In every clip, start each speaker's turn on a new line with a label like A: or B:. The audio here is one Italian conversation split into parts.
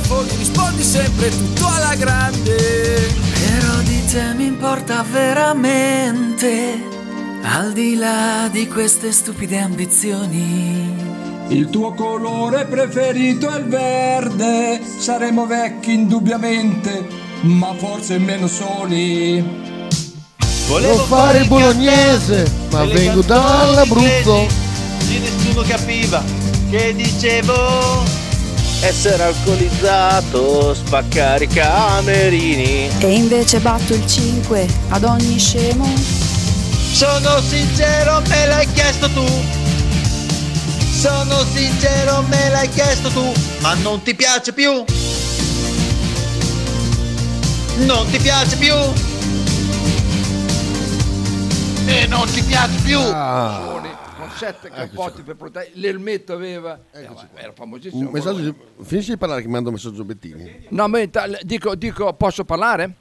A: fogli rispondi sempre tutto alla grande.
B: Però di te mi importa veramente, al di là di queste stupide ambizioni.
C: Il tuo colore preferito è il verde, saremo vecchi indubbiamente, ma forse meno soli.
D: Volevo fare il bolognese, ma
E: delle
D: vengo
E: canzoni
D: dall'Abruzzo.
E: inglesi che nessuno capiva che dicevo essere alcolizzato, spaccare i camerini.
F: E invece batto il 5 ad ogni scemo.
E: Sono sincero, me l'hai chiesto tu. Sono sincero, me l'hai chiesto tu, ma non ti piace più. Non ti piace più. E non ti piace più.
D: Ah,
G: con sette cappotti per proteggere l'elmetto aveva Eh, era famosissimo
D: un messaggio di- Finisci di parlare che mando un messaggio a Bettini.
G: no ma inta- dico, dico posso parlare?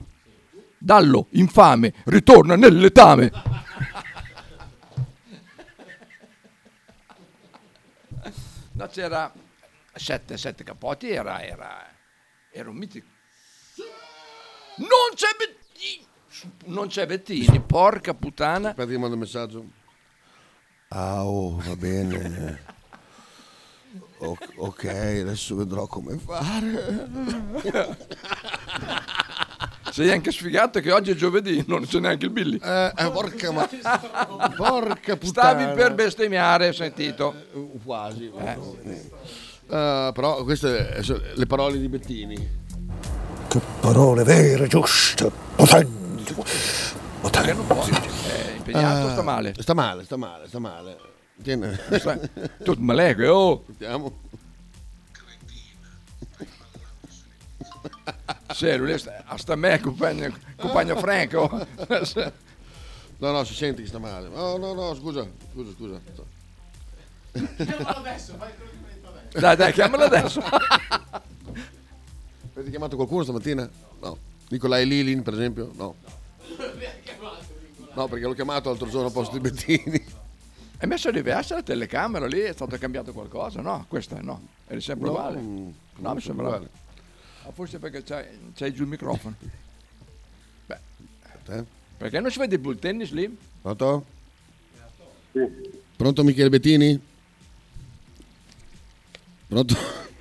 G: Dallo infame ritorna nell'etame no c'era sette, sette cappotti era, era era un mitico non c'è Bettini non c'è Bettini porca puttana
D: Aspetta che mando un messaggio. Ah, oh, va bene. O- ok, adesso vedrò come fare.
G: sei anche sfigato che oggi è giovedì non c'è neanche il Billy
D: Eh, eh, porca ma... Porca puttana.
G: Stavi per bestemmiare, ho sentito.
D: Eh, Quasi. Eh, però queste sono le parole di Bettini.
H: Che parole vere, giuste, potenti. potenti.
G: Che non può. Eh, È impegnato, sta male.
D: Eh, Sta male, sta male, sta male. Tieni.
G: Sta- Tutto male, oh.
D: Sentiamo.
G: Sì, lui sta, ah, sta a me, compagno, compagno Franco.
D: No, no, si sente che sta male. No, no, no, scusa, scusa, scusa.
G: Dai, dai, chiamalo adesso.
D: Avete chiamato qualcuno stamattina? No. Nicolai Lilin, per esempio? No. No, perché l'ho chiamato l'altro giorno a posto di Bettini.
G: È messo diversa la telecamera lì, è stato cambiato qualcosa? No, questa no. Era sempre uguale. No, mi sembrava.
D: mm, uguale.
G: Ah, forse perché c'hai, c'hai giù il microfono.
D: Eh?
G: Perché non si vede più il tennis lì?
D: Pronto? Pronto Michele Bettini? Pronto?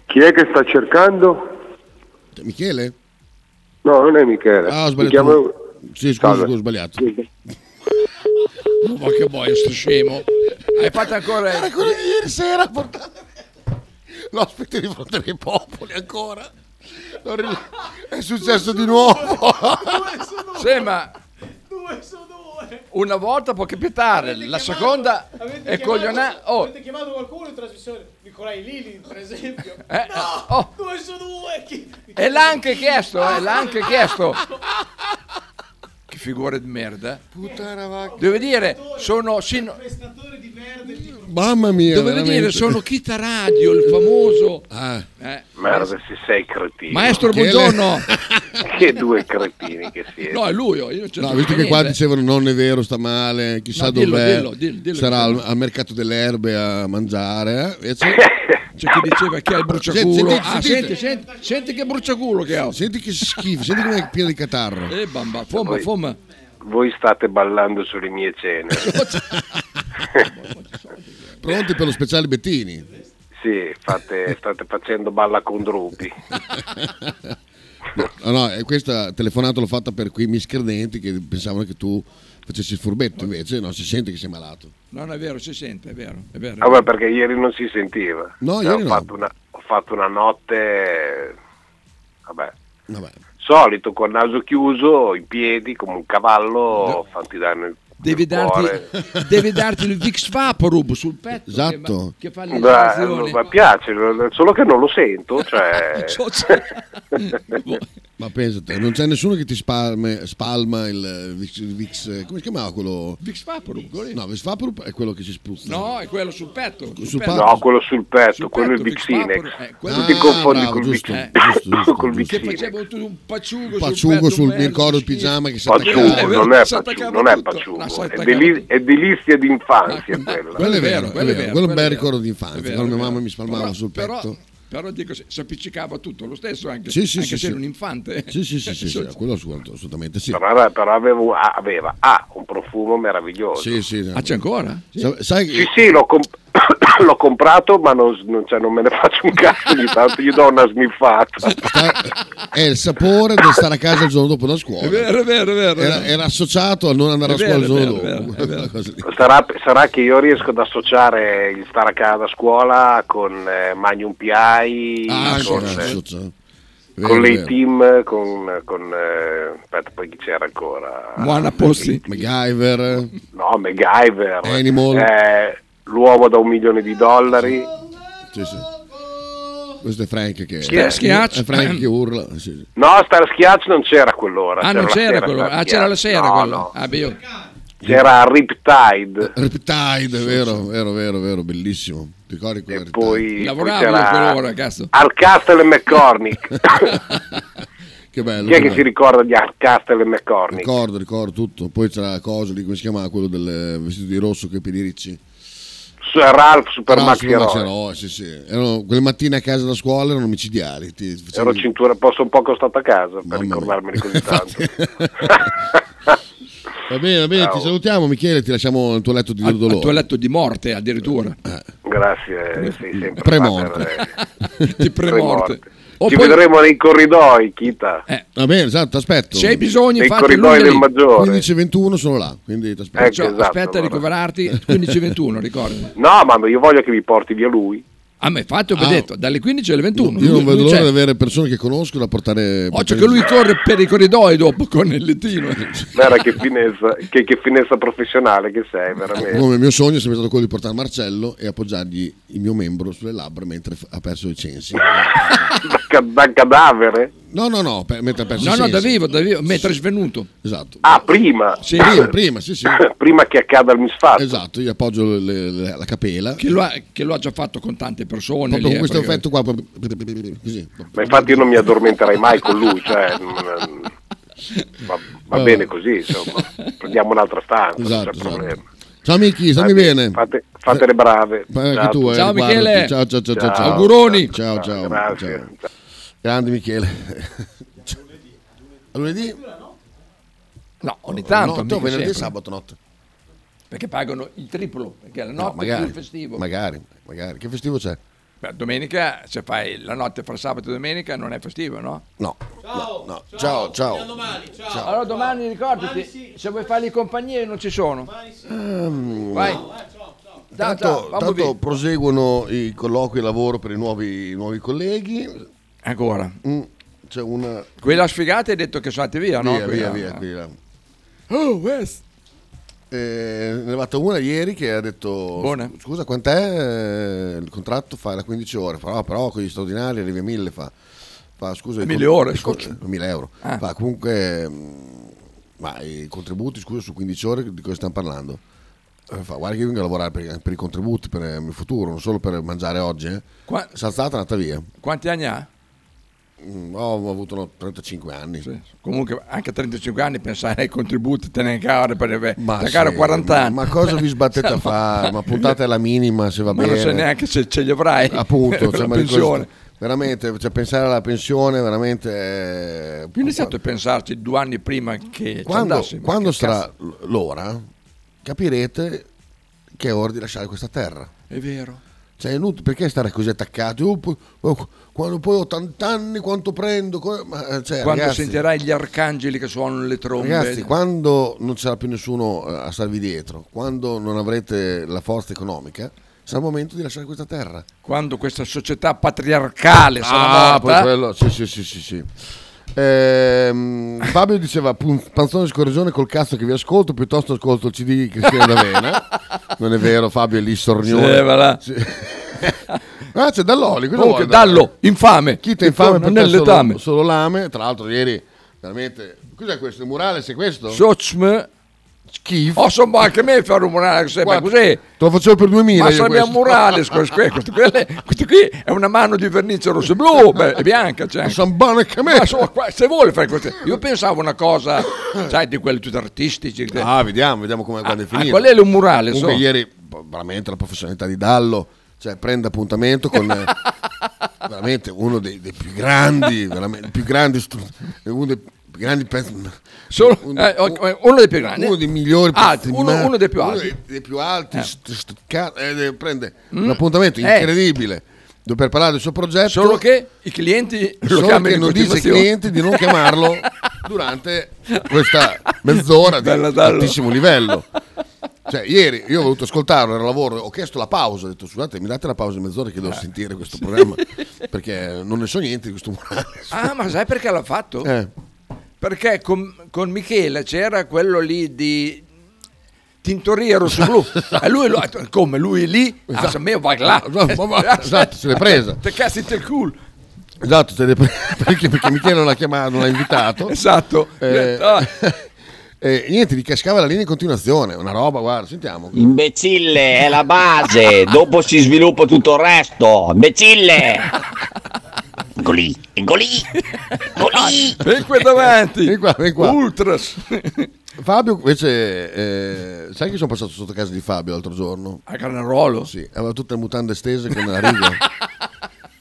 I: Chi è che sta cercando?
D: Cioè, Michele?
I: No, non è Michele.
D: Ah, ho
I: Mi
D: sbagliato. Sì, scusa,
I: Salve.
D: scusa, ho sbagliato.
G: Ma che boia, sto scemo. Hai fatto ancora.
D: Era quello di ieri sera portato l'ospite di fronte ai popoli ancora. Non ri- È successo di nuovo.
G: Sì, ma. Una volta può capitare, la seconda è coglionata. Oh,
J: Avete chiamato qualcuno in trasmissione? Nicolai Lili, per esempio.
G: eh, oh,
J: Due su due. Chi...
G: e l'ha anche chiesto, eh, l'ha anche chiesto. Che figura di merda. eh.
D: Puttana vacca.
G: Devo dire, sono. sino-
J: Prestatore di merda. il-
D: Mamma mia.
G: Dovevo dire,
D: veramente.
G: sono Kita Radio, il famoso.
D: Ah,
G: Eh,
I: Merda, se sei cretino.
G: Maestro,
D: Michele.
G: buongiorno.
I: Che due cretini che siete.
G: No, è lui. Io Cioè, non c'entro
D: no, visto che qua
G: niente.
D: dicevano non è vero, sta male, chissà
G: No, dillo,
D: dov'è,
G: dillo, dillo, dillo.
D: sarà al, al mercato delle erbe a mangiare. eh? Invece-
G: C'è chi diceva che ha il bruciaculo.
D: Senti, senti,
G: ah,
D: sentite.
G: senti, senti, senti che bruciaculo che ha.
D: senti che schifo, senti come è pieno di catarro.
G: Eh, bamba, fomma, fomma.
I: Voi state ballando sulle mie cene.
D: Pronti per lo speciale Bettini?
I: sì, fate- state facendo balla con drupi.
D: No, no, eh, questa telefonata l'ho fatta per quei miscredenti che pensavano che tu facessi il furbetto, invece no, si sente che sei malato.
G: Non è vero, si sente, è vero, è vero.
I: Ah, beh, perché ieri non si sentiva.
D: No,
I: Eh,
D: ieri no.
I: ho, Fatto una, ho fatto una notte... eh, Vabbè.
D: Vabbè.
I: Solito, col naso chiuso, in piedi, come un cavallo, fatti danno
G: Devi darti, devi darti il Vix Vaporub sul petto.
D: Esatto.
G: Che, fa- che fa le
I: Beh,
G: esalazioni.
I: ma piace, solo che non lo sento, cioè...
G: So- so-
D: Ma pensate, non c'è nessuno che ti spalme- spalma il eh, Vix, il Vix- come si chiamava quello?
G: Vix Vaporub, quello lì.
D: No, Vespapurup è quello che si spruzza.
G: No, è quello sul petto.
D: Sul
G: petto.
D: petto.
I: No, quello sul petto,
G: Sul
I: quello è il
G: petto, Vix
I: Vixinex.
G: Vapor, eh, quello-
I: tu ti
D: Ah,
I: confondi
D: bravo,
I: col
D: giusto,
I: Vix-
D: giusto, giusto,
I: col
D: giusto.
G: Che
I: Vixinex.
G: faceva tu un pacciugo,
D: Paciugo
G: Eh, sul
D: sul,
G: petto.
D: mi ricordo il
G: schifo.
D: pigiama che si
G: Paciugo,
I: Paciugo,
D: attaccava.
G: vero,
I: non è
G: si
I: paciugo,
G: attaccava
I: non è
G: tutto.
I: paciugo,
G: Ah, si
I: è,
G: attaccava
I: deli-
G: tutto.
I: è delizia d'infanzia quella.
D: Quello è
G: Ah, Quello è
D: vero,
G: vero,
D: quello è vero, quello è un
G: quello è
D: bel
G: vero.
D: ricordo di infanzia,
G: È vero,
D: quando
G: è
D: mia mamma
G: vero.
D: mi spalmava
G: Però-
D: sul
G: però-
D: petto.
G: Però dico, si si appiccicava tutto lo stesso, anche,
D: Sì, sì,
G: anche
D: sì,
G: se
D: sì.
G: era un infante.
D: Sì, sì, sì, sì, sì, quello assolut- assolutamente sì.
I: Però, aveva- però avevo- ah, aveva ah, un profumo meraviglioso.
D: Sì, sì.
G: Ah, c'è ancora?
D: Sa- Sai
I: Sì,
D: che
I: sì, l'ho, comp- l'ho comprato, ma non, non- cioè, non me ne faccio un cazzo. Ogni tanto gli do una sniffata.
D: è il sapore di stare a casa il giorno dopo la scuola.
G: È vero, è vero, è vero.
D: Era, era associato a non andare
G: È
D: a scuola
G: vero,
D: il
G: è
D: giorno
G: vero,
D: dopo.
G: è vero, è vero.
D: Cosa lì.
I: Sarà, sarà che io riesco ad associare il stare a casa a scuola con eh, Magnum PI,
D: Ah, anche
I: con,
D: era
I: eh,
D: associato. Vero,
I: con
D: vero.
I: le team, con, con, eh, aspetta, poi chi c'era ancora?
G: Moana Pozzi.
D: Ah, MacGyver,
I: No, MacGyver,
D: Animal.
I: eh, l'uomo da un milione di dollari.
D: sì, sì. questo è Frank che,
G: Chi è? Schiaccio?
D: è Frank che urla. Sì, sì.
I: No, Starsky Hutch non c'era quell'ora.
G: Ah, non
I: la
G: c'era
I: sera
G: quello. Ah,
I: Starsky
G: c'era la
I: Hutch.
G: sera
I: No,
G: quello.
I: no.
G: Ah, beh, io-
I: C'era Riptide.
D: Riptide, vero, vero, vero, vero, bellissimo. Ti ricordi quella
I: E
D: Riptide?
I: poi, poi
G: Lavoravo io a quell'ora, cazzo.
I: Hardcastle e McCormick.
D: Che bello.
I: Chi è
D: che
I: che si
D: bello.
I: ricorda di Hardcastle e McCormick?
D: Ricordo, ricordo tutto. Poi c'era cosa lì, come si chiamava quello del eh, vestito di rosso che piedi ricci.
I: Su- eh, Ralph Super
D: Però,
I: Maxi
D: insomma,
I: Eroe.
D: c'era, oh, sì, sì. Erano- quelle mattine a casa da scuola erano micidiali. Ti facevi-
I: Ero cintura, posso un po' costato a casa per
D: Mamma mia.
I: ricordarmeli così tanto.
D: Esatto. Va bene, va bene, ti salutiamo Michele, ti lasciamo il tuo letto di
G: Al, al
D: dolore. Eh.
G: tuo letto di morte, addirittura.
I: Grazie, sei sempre
D: Premorte.
I: padre.
G: Ti premorte.
I: Premorte.
G: O
I: Ci
G: poi-
I: vedremo nei corridoi, Kita.
G: Eh,
D: Va bene, esatto, ti aspetto.
G: se hai bisogno,
I: nei
G: infatti,
I: corridoi
G: lunedì.
I: del Maggiore.
D: 15 e 21 sono là, quindi ti aspetto.
I: Ecco,
G: Cioè,
I: esatto,
G: aspetta a
I: allora.
G: ricoverarti 15-21, ricordi?
I: No, ma io voglio che mi porti via lui.
G: Ah, ma infatti ho
D: Ah.
G: detto, dalle 15 alle 21.
D: Io non
G: lui-
D: vedo
G: lui
D: l'ora
G: c'è.
D: di avere persone che conosco da portare.
G: Occhio
D: portare-
G: che lui corre per i corridoi dopo con il lettino.
I: Guarda che finezza, che, che finezza professionale che sei, veramente.
D: Come il mio sogno è sempre stato quello di portare Marcello e appoggiargli il mio membro sulle labbra mentre f- ha perso i sensi.
I: Da, ca- da cadavere?
D: No, no, no, per- mentre ha perso
G: No,
D: i
G: no,
D: sensi.
G: da vivo, da vivo, mentre è svenuto.
D: Esatto.
I: Ah, prima.
G: Sì,
D: Prima, prima, sì, sì.
I: Prima che accada il misfatto.
D: Esatto, gli appoggio le- le- la capela.
G: Che lo, ha, che lo ha già fatto con tante
D: Proprio
G: persone. lì,
D: con
G: eh,
D: questo
G: perché-
D: effetto qua. proprio- Così.
I: Ma infatti io non mi addormenterei mai con lui, cioè, mm, va, va bene così, insomma. Prendiamo un'altra stanza,
D: Esatto,
I: non c'è problema.
D: esatto. Ciao Miki, stammi bene.
I: Fate, fate le brave. Esatto.
D: Eh, anche
I: Ciao.
D: tu, eh,
G: Ciao,
D: guardati.
G: Michele.
D: Ciao, ciao, ciao, ciao, ciao.
G: Auguroni.
D: Ciao, ciao.
I: Grazie.
D: ciao. Grande Michele. A lunedì?
G: No, ogni tanto.
D: notte o
G: mica
D: venerdì e
G: sempre,
D: sabato notte?
G: Perché pagano il triplo, perché la
D: No,
G: notte è più il festivo.
D: Magari, magari. Che festivo c'è?
G: Beh, domenica, se fai la notte fra sabato e domenica, non è festivo, no?
D: No.
J: Ciao,
D: no, no. Ciao, ciao.
J: A domani, ciao.
G: Allora domani ricordati,
J: Domani sì.
G: se vuoi fargli compagnia io non ci sono. Vai. Ciao, ciao,
D: Ehm, Tanto,
G: vamo
D: tanto
G: via.
D: proseguono i colloqui di lavoro per i nuovi, i nuovi colleghi.
G: Ancora.
D: Mm, C'è una...
G: Quella sfigata hai detto che sono andati via, Ah, no?
D: Via, via,
G: Quella-
D: via. qui, là.
G: Oh, Wes.
D: Eh, ne è arrivata una ieri che ha detto
G: Buona.
D: "Scu- scusa quant'è eh, il contratto fa la 15 ore fa, "No, però con gli straordinari arrivi a 1000 fa, fa scusa il
G: Mille
D: con-
G: ore,
D: il con-
G: scusa.
D: eh, 1000 euro
G: Ah.
D: fa comunque mm, ma i contributi scusa su 15 ore di cosa stiamo parlando Eh, fa, guarda che io vengo a lavorare per, per i contributi per il mio futuro non solo per mangiare oggi eh.
G: Qua-
D: è saltata è andata via
G: quanti anni ha?
D: Mm, ho avuto no, 35 anni
G: Sì. Comunque anche a 35 anni pensare ai contributi te ne caro per avere te ne
D: sì,
G: caro 40 anni.
D: ma cosa vi sbattete a fare? Ma puntate alla minima se va
G: Ma
D: bene.
G: non sai neanche se ce li avrai.
D: appunto
G: per
D: cioè,
G: la
D: ma di questo-
G: pensione.
D: veramente cioè, pensare alla pensione veramente eh,
G: Io ho iniziato a pensarci due anni prima che ci
D: quando,
G: andassi, ma
D: quando
G: che
D: sarà
G: cazzo.
D: l'ora capirete che è ora di lasciare questa terra
G: È vero.
D: cioè è inutile perché stare così attaccati Oh, poi- oh, quando poi ho 80 anni quanto prendo Co- ma, eh, cioè,
G: Quando
D: ragazzi,
G: sentirai gli arcangeli che suonano le trombe.
D: Ragazzi, quando non sarà più nessuno eh, a starvi dietro, quando non avrete la forza economica, sarà il momento di lasciare questa terra.
G: quando questa società patriarcale sarà
D: Ah, poi
G: morta,
D: quello, sì, sì, sì, sì, sì. Ehm, Fabio diceva "Pun- panzone scorregione col cazzo che vi ascolto piuttosto ascolto il cd di Cristiano D'Avena non è vero Fabio è lì sornione
G: Sì, va là.
D: Sì. ah c'è Dall'Oli cosa
G: comunque
D: vuoi,
G: dallo, infame,
D: chi te infame per te
G: nelle
D: solo,
G: tame.
D: solo lame tra l'altro ieri veramente cos'è questo il murale se questo?
G: Socm,
D: schifo
G: oh, insomma, anche me fa rumorare sempre
D: Guarda,
G: così.
D: Te lo facevo per 2000.
G: Ma
D: io
G: sarebbe un
D: questo.
G: murale, questo, questo, questo, quelle- questo qui è una mano di vernice rosso e blu, beh, è bianca. Cioè.
D: Ma son buone che me.
G: Ma insomma, qua- se vuole fare questo, io pensavo una cosa, sai, di quelli tutti artistici. che-
D: Ah, vediamo, vediamo come quando è
G: ah,
D: finito.
G: qual è il murale?
D: Comunque boh,
G: so?
D: ieri p- veramente la professionalità di Dallo, cioè prende appuntamento con eh, veramente uno dei, dei più grandi, veramente il più grande stru- uno dei più grandi pezzi- uno,
G: eh, ok, uno dei più grandi.
D: uno dei migliori
G: Alti,
D: pezzi di
G: uno-
D: merda.
G: uno dei più
D: Uno
G: alti.
D: dei- dei più alti,
G: Eh.
D: st- st- ca- eh, prende
G: Mm.
D: un appuntamento
G: Eh.
D: incredibile dove per parlare del suo progetto
G: Solo che i clienti lo
D: Solo
G: chiamano
D: che
G: in
D: non dice ai
G: continuazione.
D: clienti di non chiamarlo durante questa mezz'ora di
G: Bello, bello.
D: altissimo livello. Cioè, ieri io ho voluto ascoltarlo, ero al lavoro, ho chiesto la pausa, ho detto scusate, mi date la pausa di mezz'ora che
G: Eh.
D: devo sentire questo programma, perché non ne so niente di questo morale.
G: Ah, ma sai perché l'ha fatto?
D: Eh.
G: Perché con, con Michele c'era quello lì di Tintoria Rosso Blu. E lui, lo- come lui lì,
D: Esatto.
G: ah, se me va là.
D: Esatto, ma va- esatto, se l'è presa.
G: Te cazzi il culo.
D: Esatto, te ne- perché, perché Michele non l'ha chiamato, non l'ha invitato.
G: Esatto.
D: Eh,
G: Ah.
D: eh, niente, gli cascava la linea in continuazione, una roba, guarda, sentiamo.
K: Imbecille è la base, dopo si sviluppa tutto il resto. Imbecille! Golì, golì, golì!
G: Vieni qua davanti.
D: Vieni qua, vieni qua.
G: Ultras.
D: Fabio invece, eh, sai che sono passato sotto casa di Fabio l'altro giorno?
G: A Carnarolo?
D: Sì, aveva tutte le mutande stese con la riga.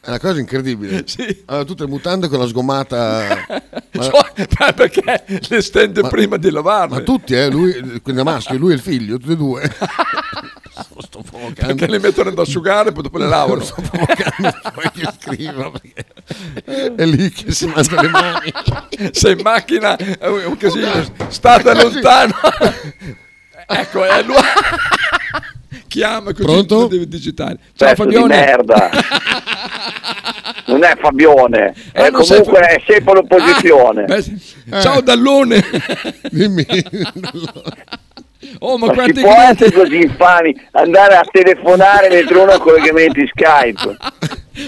D: È una cosa incredibile. Aveva tutte le mutande con la sgomata. Ma-
G: Cioè, ma perché le stende prima di lavarle?
D: ma tutti, eh, lui, quindi a maschio, lui e il figlio, tutti e due. Sto provocando.
G: Perché le mettono ad asciugare e poi dopo le lavano.
D: Sto provocando poi che scriva, perché è lì che si mandano le mani.
G: Sei in macchina, è un è un casino. State lontano. ecco, è lui. Chiama così
D: Pronto?
G: non devi digitare. Ciao
L: Pezzo di
G: Fabione.
L: merda. Non è Fabione,
G: Eh,
L: è
G: non sei
L: comunque
G: Fa- Ah,
L: è sempre l'opposizione.
G: Beh,
D: Eh.
G: Ciao Dallone.
D: Dimmi.
G: Oh, ma
L: Ma si
G: quanti
L: può
G: clienti,
L: essere così infami andare a telefonare dentro uno a collegamenti Skype?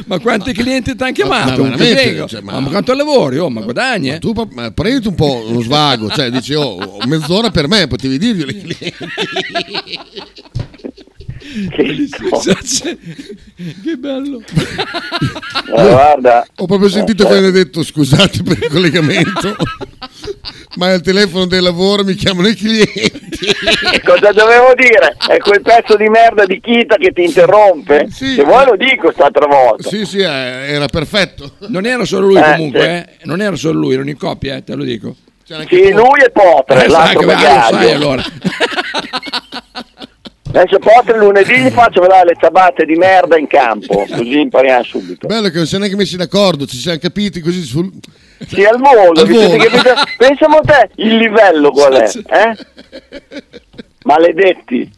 G: ma quanti clienti ti hanno chiamato?
D: ma
G: Un
D: Ah, veramente,
G: casino.
D: cioè, ma-
G: ma... quanto lavori? Oh, ma guadagni? eh?
D: Tu pa- ma prenditi un po' uno svago, cioè dici, oh, ho mezz'ora per me, potevi dirglielo ai clienti.
G: Eh, Cioè, che bello.
L: Ma Eh, guarda. Eh.
D: Ho proprio sentito che hai detto scusate per il collegamento, ma al telefono del lavoro mi chiamano i clienti.
L: Cosa dovevo dire? È quel pezzo di merda di Kita che ti interrompe? Se vuoi lo dico st'altra volta.
D: Sì, sì, eh, era perfetto.
G: Non era solo lui
L: Eh,
G: comunque, eh. non era solo lui, erano in coppia, eh, te lo dico.
L: Sì, lui e Potre,
G: Eh, sai
L: l'altro
G: che- ah, lo sai
L: bagaglio.
G: allora.
L: Adesso Potre lunedì gli faccio vedere le ciabatte di merda in campo, così impariamo subito.
D: Bello che non si è neanche messi d'accordo, ci siamo capiti così sul...
L: Sì, al volo,
D: Al
L: vi siete
D: volo.
L: capiti? Pensiamo a te il livello qual è, eh? Maledetti,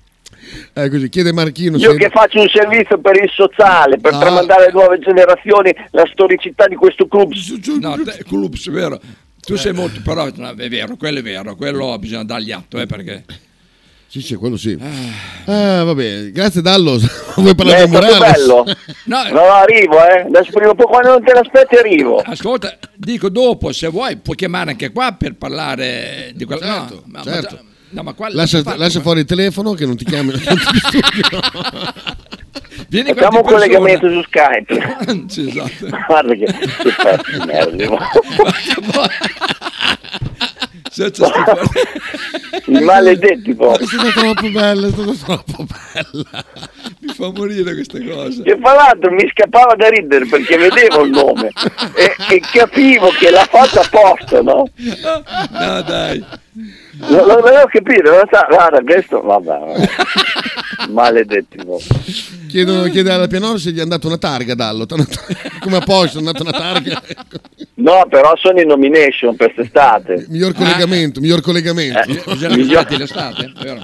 D: Eh, così, chiede Marchino.
L: io
D: se-
L: che faccio un servizio per il sociale, per
D: Ah.
L: tramandare alle nuove generazioni la storicità di questo club.
G: No, te, Clubs, è vero. Tu sei molto, però no, è vero, quello è vero, quello bisogna dargli atto, eh, perché...
D: Sì, sì, quello sì. Ah, va bene, grazie Dallo. Vuoi
L: Beh,
D: parlare
L: è
D: di
L: stato
D: Morales?
L: Eh, bello.
G: No,
L: No, no, arrivo, eh. Adesso prima o poi quando non te l'aspetti arrivo.
G: Ascolta, dico dopo, se vuoi, puoi chiamare anche qua per parlare di quello...
D: Certo,
G: no, ma,
D: certo.
G: Ma, no, ma qua-
D: Lascia,
G: infatti,
D: lascia fuori il telefono che non ti chiamano.
G: Vieni
L: Facciamo un
G: qua di persona.
L: collegamento su Skype.
G: Sì, esatto.
L: Guarda che, che pezzo di merda.
G: Se c'è sti fuori-
L: I maledetti
D: è
L: poi.
D: stata troppo bella, è stata troppo bella.
G: Mi fa morire questa cosa.
L: Che fra l'altro mi scappava da ridere perché vedevo il nome e, e capivo che l'ha fatta apposta, no?
G: No, dai.
L: Lo, lo dovevo capire, lo sa- guarda, questo, vabbè, vabbè. maledetti voi.
D: Chiedono, chiede alla pianola se gli è andata una targa Dallo. T'hanno- Come a Porsche è andata una targa.
G: Eh.
L: No, però sono in nomination per quest'estate.
D: Miglior collegamento, miglior
L: Eh,
D: collegamento.
G: Bisogna migliorarti l'estate, è vero?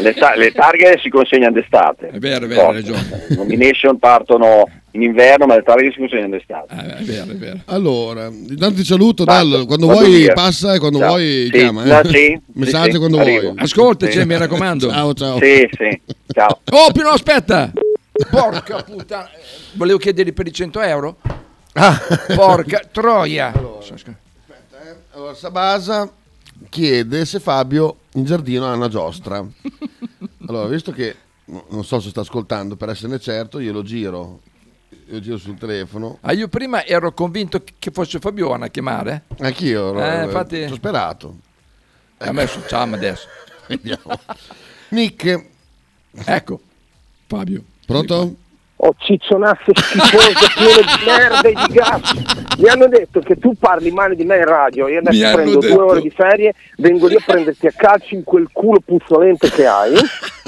L: Le, ta- le targhe si consegnano d'estate.
G: È vero, è vero, hai
L: Forza.
G: ragione.
L: Le nomination partono in inverno, ma le targhe si consegnano d'estate.
G: Ah, È vero, è vero.
D: Allora, intanto ti saluto Dallo, quando
L: vado
D: vuoi
L: via.
D: passa e quando
L: Ciao.
D: vuoi
L: Sì,
D: chiama.
L: no,
D: eh.
L: sì,
D: Messaggio
L: sì,
D: quando
L: sì, arrivo.
D: vuoi.
G: Ascoltaci,
L: Sì.
G: cioè, mi raccomando.
D: Ciao, ciao.
L: Sì, sì, ciao.
G: Oh, più no, aspetta. Porca puttana. Eh, Volevo chiedergli per i 100 euro. Ah, Porca troia.
D: Allora, Sabasa chiede se Fabio in giardino ha una giostra. Allora, visto che no- non so se sta ascoltando, per esserne certo, io lo giro. Io giro sul telefono.
G: Ah, io prima ero convinto che fosse Fabione a chiamare.
D: Anch'io ero-
G: Eh, infatti- Eh,
D: ci ho sperato.
G: A me sono ciao adesso.
D: Vediamo. Nick,
G: Ecco, Fabio.
D: pronto?
M: o ciccionasse schifose piene Cioè, di merda e di gas. Mi hanno detto che tu parli male di me in radio, io
N: Mi
M: adesso
N: hanno
M: prendo
N: detto.
M: due ore di ferie, vengo lì a prenderti a calci in quel culo puzzolente che hai,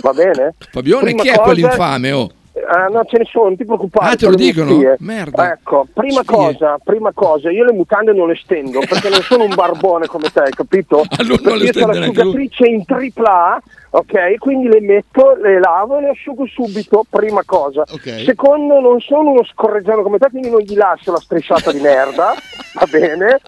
M: va bene?
G: Fabione,
M: Prima
G: chi è
M: cosa-
G: quell'infame? Oh?
M: Ah, no, ce ne sono, non ti preoccupare.
G: Ah, te lo
M: sono le mie
G: dicono?
M: spie.
G: Merda.
M: Ecco, prima
G: Spie.
M: cosa, prima cosa, io le mutande non le stendo perché non sono un barbone come te, capito?
G: Ah,
N: non le
M: perché io sono
N: stende neanche lui.
M: asciugatrice in tripla A, ok? Quindi le metto, le lavo e le asciugo subito, prima cosa. Secondo, non sono uno scorreggiano come te, quindi non gli lascio la strisciata di merda, va bene?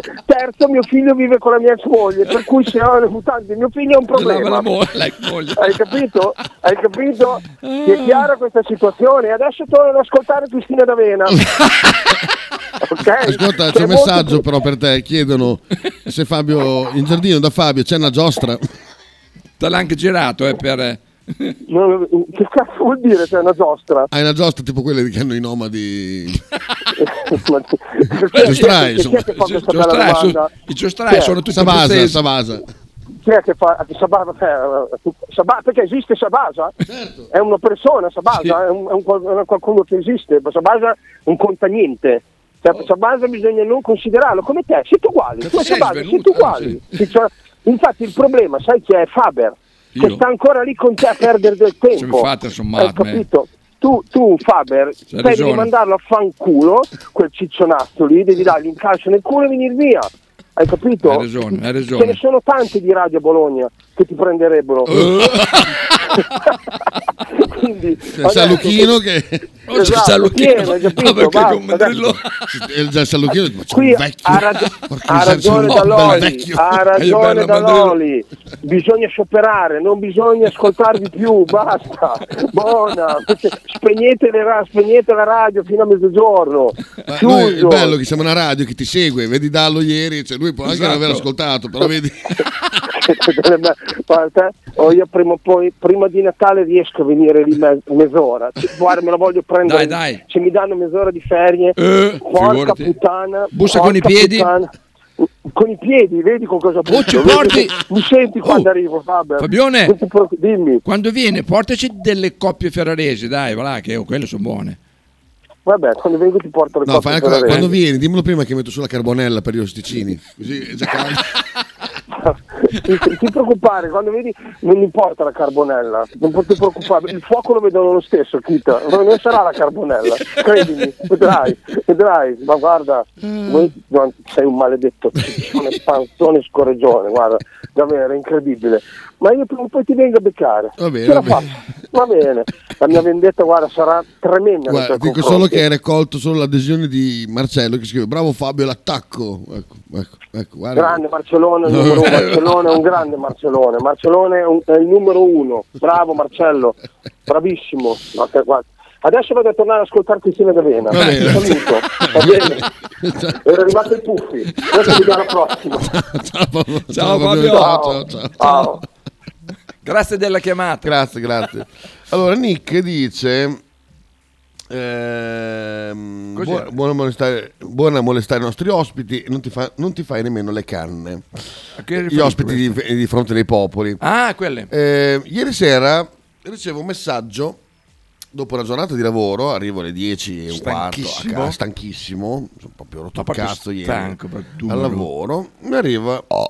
M: Terzo, mio figlio vive con la mia ex moglie, per cui se ho le mutande di mio figlio è un
G: Lava la
M: problema.
G: mo- la moglie.
M: Hai capito? Hai capito? Ti è chiara questa situazione? Adesso torno ad ascoltare Cristina D'Avena. ok?
D: Ascolta, c'è un messaggio però per te. Chiedono se Fabio, in giardino da Fabio c'è una giostra.
G: Te l'ha anche girato, eh, per...
M: Non- Che cazzo vuol dire Cioè, c'è una giostra?
D: Hai una giostra tipo quelle che hanno i nomadi.
M: Perché-
D: Giostrai,
M: perché chi
D: insomma.
M: è che fa questa bella domanda? Chi è?
D: Sabasa, Sabasa.
M: Chi è che fa Sabasa? cioè, Saba- perché esiste Sabasa?
G: Certo.
M: È una persona, Sabasa, è, un, è un qual- è qualcuno che esiste, ma Sabasa non conta niente. Cioè,
G: Oh.
M: Sabasa bisogna non considerarlo come te, siete uguali, tu e
N: sei
M: Sabasa siete
N: svenuto?
G: ah,
M: uguali. Sì, cioè, infatti il problema, sai chi è Faber? Che
G: Io?
M: sta ancora lì con te a perdere del tempo.
G: infatti, insomma,
M: Hai
G: me.
M: capito? Tu, tu Faber,
G: C'ha
M: devi
G: ragione.
M: mandarlo a fanculo, quel ciccionazzo lì, devi dargli un calcio nel culo e venire via. Hai capito?
G: Hai ragione,
M: Ce
G: hai
M: ne
G: ragione.
M: sono tanti di Radio Bologna che ti prenderebbero. Quindi,
D: C'è Saluchino che. Ah,
M: Oh, c'è Esatto, Saluchino. pieno, hai capito? Ma perché Basta, con Mandrillo?
D: Eh, C'è Saluchino, ma c'è
M: Qui
D: un
M: Ah, ha
D: vecchio.
M: rag-
D: Porca
M: ha
D: miseria, c'è un
M: ragione Daloli,
D: vecchio.
M: ha ragione Daloli. Bisogna scioperare, non bisogna ascoltarvi più, basta. Buona. Spegnete, le ra- spegnete la radio fino a mezzogiorno.
D: Ma
M: Chiuso.
D: noi, è bello che siamo una radio che ti segue, vedi Dallo ieri, cioè lui può anche non
M: Esatto.
D: aver ascoltato, però vedi.
M: Guarda, oh, io prima, o poi, prima di Natale riesco a venire lì me- mezz'ora. Guarda, me la voglio prendere.
G: Dai, dai.
M: Se mi danno mezz'ora di ferie,
G: Eh,
M: porca
G: figurati.
M: puttana.
G: Bussa
M: porca
G: con i piedi.
M: puttana. Con i piedi, vedi con cosa busso.
G: ci
M: vedi?
G: porti- Oh.
M: Mi senti quando arrivo, Faber?
G: Fabione,
M: Non ti preoccup- dimmi.
G: Quando viene, portaci delle coppie ferraresi, dai, va là, che oh, quelle sono buone.
M: Vabbè, quando vengo ti porto le
D: No, fai
M: cose
D: una cosa,
M: per
D: quando
M: avere. Eh,
D: vieni, dimmelo prima che metto sulla carbonella per gli osticini. Così è già caldo.
M: Ti- ti preoccupare, quando vedi non importa la carbonella, non ti preoccupare, il fuoco lo vedono lo stesso, Kita, non sarà la carbonella, credimi, vedrai, vedrai, ma guarda, voi no, sei un maledetto ciccione, panzone scorreggione, guarda, davvero è incredibile, ma io prima o poi ti vengo a beccare,
D: Va bene,
M: Ce la
D: va bene.
M: faccio. va bene, la mia vendetta guarda sarà tremenda. nei
D: Guarda,
M: tuoi
D: dico
M: confronti.
D: solo che hai raccolto solo l'adesione di Marcello che scrive Bravo Fabio, l'attacco. Ecco, ecco, ecco, guarda.
M: Grande Marcellone, il numero uno. Marcellone è un grande Marcellone. Marcellone è, un- è il numero uno. Bravo Marcello, bravissimo. No, te- guarda. Adesso vado a tornare ad ascoltare Cristina D'Avena.
D: Va bene.
M: Ti saluto. Va bene. Era arrivato il Puffi. Adesso vediamo alla prossima.
D: Ciao, Fabio.
G: Ciao, Fabio.
D: Ciao, ciao, ciao.
G: Grazie della chiamata.
D: Grazie, grazie. Allora, Nick dice... ehm,
G: Cos'era?
D: buona, buona molestare, buona molestare i nostri ospiti non ti, fa- non ti fai nemmeno le canne
G: che
D: gli
G: riferisci
D: ospiti di, di fronte dei popoli
G: Ah, quelle.
D: Eh, ieri sera ricevo un messaggio dopo una giornata di lavoro, arrivo alle 10 e un quarto a
G: Stanchissimo.
D: casa, stanchissimo, sono proprio rotto il
G: Ma proprio
D: cazzo ieri
G: stanco, proprio duro.
D: al lavoro, mi arriva oh,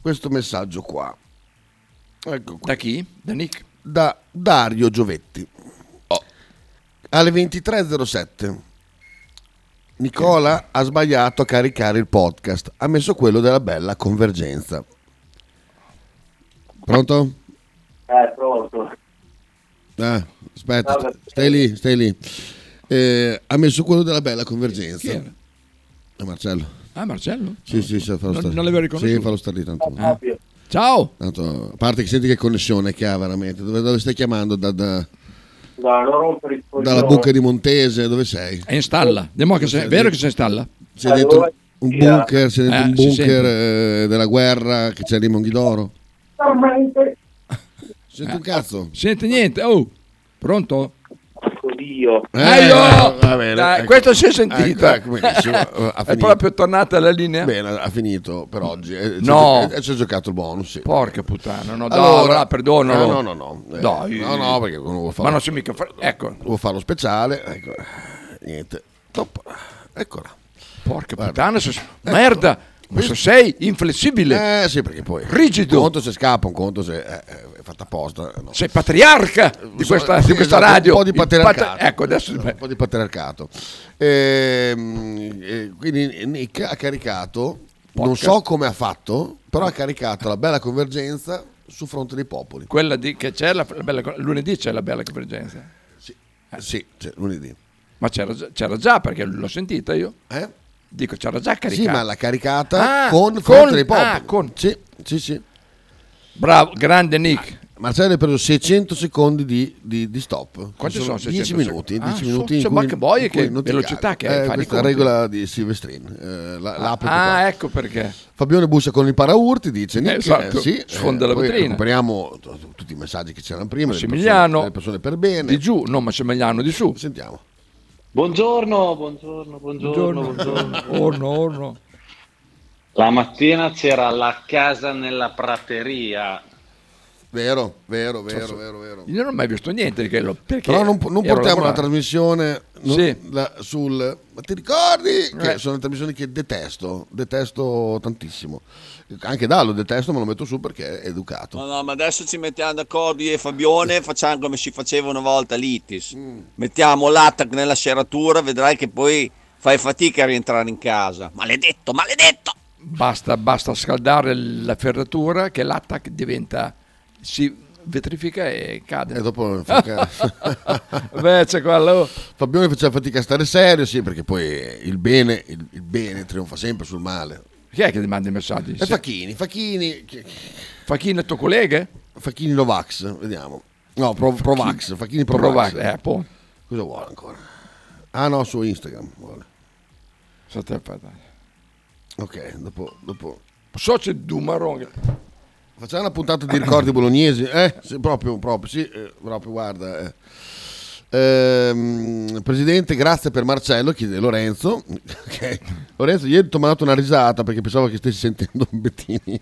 D: questo messaggio qua. Ecco qua.
G: Da chi? Da Nick?
D: Da Dario Giovetti. Oh. Alle 23.07. Nicola ha sbagliato a caricare il podcast, ha messo quello della bella convergenza. Pronto?
O: Eh, pronto.
D: Ah, aspetta,
O: Vabbè.
D: stai lì, stai lì. Eh, ha messo quello della bella convergenza. È Marcello.
G: Ah, Marcello?
D: Sì, sì, sì, fallo
G: Non-
D: stare.
G: non l'avevo
D: Sì,
G: riconosciuto.
D: fallo stare lì tanto.
G: Ah. Ciao!
D: Tanto, a parte che senti che connessione che ha veramente. Dove, dove stai chiamando? Da- da-
O: No, non rompere il coglione.
D: dalla buca di Montese, dove sei?
G: È in stalla. eh, Demo che sei- è vero che sei in stalla?
D: C'è dentro un
O: Sì, ah.
D: bunker, c'è dentro
G: Eh,
D: un
G: si
D: bunker
G: sente.
D: eh, della guerra che c'è lì Monghidoro.
O: Normalmente
G: Eh.
D: Senti un cazzo.
G: Senti niente. Oh, pronto?
O: così io.
G: Aio!
D: Eh, va bene,
G: Dai,
D: ecco.
G: questo si è sentito.
D: Ecco, ecco, benissimo, ha
G: è
D: finito.
G: proprio tornata alla linea.
D: Bene, ha finito per oggi. Eh,
G: No.
D: C'è, c'è giocato il bonus. sì.
G: Porca puttana, no, dai,
D: Allora-
G: allora, perdonalo.
D: Eh, no, no, no. Eh,
G: Dai.
D: no, no, perché uno vuol fare-
G: Ma non si mica fa- Ecco,
D: Devo farlo speciale. Ecco. Niente. Top. Eccola.
G: porca puttana, se- merda, ma se sei inflessibile.
D: Ecco. Eh sì, perché poi...
G: Rigido.
D: Un conto se scappa, un conto se eh, eh, è fatta apposta. no.
G: Sei patriarca di
D: So-
G: questa, di
D: sì,
G: questa
D: esatto,
G: radio.
D: Un po' di
G: Il pat-
D: patriarcato.
G: ecco, adesso
D: Un po' di patriarcato. Ehm, eh, quindi Nick ha caricato, non
G: Podcast.
D: so come ha fatto, però ha caricato la bella convergenza su Fronte dei Popoli.
G: quella di, che c'è la, la bella, lunedì c'è la bella convergenza.
D: Sì, sì c'è lunedì. Eh?
G: Ma c'era, già- c'era già perché l'ho sentita io. Dico, c'era già caricata.
D: Sì, ma l'ha caricata
G: Ah,
D: con
G: con-
D: Fronte dei Popoli.
G: ah, con.
D: Sì, sì, sì. Ah,
G: Bravo, grande Nick.
D: Marcello ha preso 600 secondi di, di- di stop.
G: Quanti
D: Ci
G: sono
D: 10
G: 600?
D: minuti.
G: Ah,
D: 10
G: so-
D: minuti in
G: c'è
D: cui-
G: Bacche Boy
D: in cui
G: che
D: non ti
G: velocità
D: carichi.
G: che fa
D: eh,
G: di
D: Questa è la
G: conti.
D: regola di Silvestrin. eh, la- l'app che
G: Ah,
D: porta.
G: ecco perché.
D: Fabione Bussa con il paraurti dice Nick,
G: Esatto,
D: eh, sì,
G: sfonda la
D: poi
G: vetrina.
D: recuperiamo t- t- tutti i messaggi che c'erano prima delle persone,
G: Massimiliano
D: delle persone per bene
G: di giù, no Massimiliano di su.
D: Sentiamo.
O: Buongiorno, buongiorno, buongiorno, buongiorno.
G: Orno, orno.
O: La mattina c'era la casa nella prateria.
D: Vero, vero, vero,
G: Cioè,
D: vero, vero.
G: Io non ho mai visto niente di quello. Perché eh,
D: però non, non
G: ero
D: portiamo la
G: lavorato.
D: trasmissione no,
G: Sì.
D: la- sul ma ti ricordi che
G: Eh.
D: sono trasmissioni che detesto detesto tantissimo anche Dallo detesto ma lo metto su perché è educato
N: No, no, ma adesso ci mettiamo d'accordo io e Fabione, facciamo come si faceva una volta l'Itis.
D: Mm.
N: Mettiamo l'attac nella serratura, vedrai che poi fai fatica a rientrare in casa. Maledetto, maledetto!
G: Basta, basta scaldare la ferratura che l'attac diventa si vetrifica e cade.
D: E dopo fa cazzo.
G: Invece quello
D: Fabione faceva fatica a stare serio, sì, perché poi il bene, il, il bene trionfa sempre sul male.
G: Chi è che ti manda i messaggi?
D: E Facchini, Facchini.
G: Facchini è tuo collega?
D: Facchini Novax, vediamo. No, Pro- Provax, Facchini Provax.
G: Provax, eh, appunto.
D: Cosa vuole ancora? Ah no, su Instagram vuole. Ok, dopo... dopo.
G: Socio di Dumaron.
D: Facciamo una puntata di ricordi bolognesi, eh? Sì, proprio, proprio, sì, eh, proprio, guarda. eh. Ehm, Presidente, grazie per Marcello, chiede Lorenzo. Ok. Lorenzo, ieri ti ho mandato una risata perché pensavo che stessi sentendo Bettini.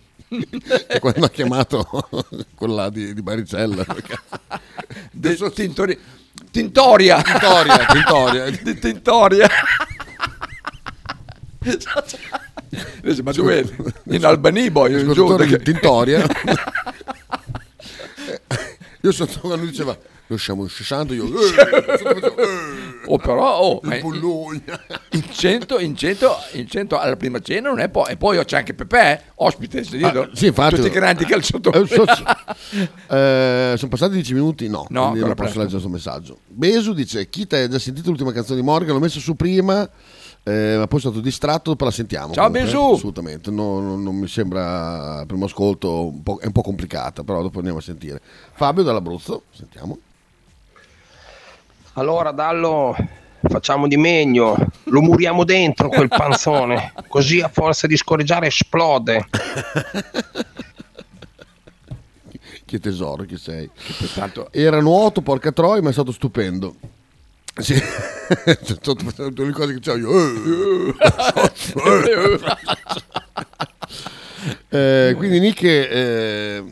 D: E quando ha chiamato quello là di, di Baricella. perché-
G: De- Tintori- Tintoria.
D: Tintoria, Tintoria.
G: Di Tintoria. Dice, Ma dove eri? In Albania, boy, giù,
D: Ascoltatore
G: perché-
D: di Tintoria. io sono tornato quando diceva, lo stiamo sciando io.
G: Oh, però, oh, ma
D: il
G: in,
D: Eh, Bologna.
G: in 100, in 100 in 100 alla prima cena non è poi. E poi c'è anche Pepe, eh, ospite, si
D: Ah, sì, infatti.
G: tutti i grandi
D: Ah,
G: calciatori.
D: eh, so- Eh, sono passati dieci minuti? No,
G: No,
D: quindi non posso
G: ancora presto.
D: leggere il suo messaggio. Besu dice: Kita hai già sentito l'ultima canzone di Morgan? L'ho messa su prima, eh, ma poi sono stato distratto. Dopo la sentiamo.
G: Ciao,
D: comunque.
G: Besu!
D: Assolutamente, no, no, non mi sembra al primo ascolto, un po'- è un po' complicata, però dopo andiamo a sentire. Fabio dall'Abruzzo, sentiamo.
P: Allora Dallo, facciamo di meglio, lo muriamo dentro quel panzone, così a forza di scorreggiare esplode.
D: Che tesoro che sei. Era nuoto, porca troia, ma è stato stupendo. Sì. Sto facendo le cose che c'ho io. Eh, quindi Nick, eh,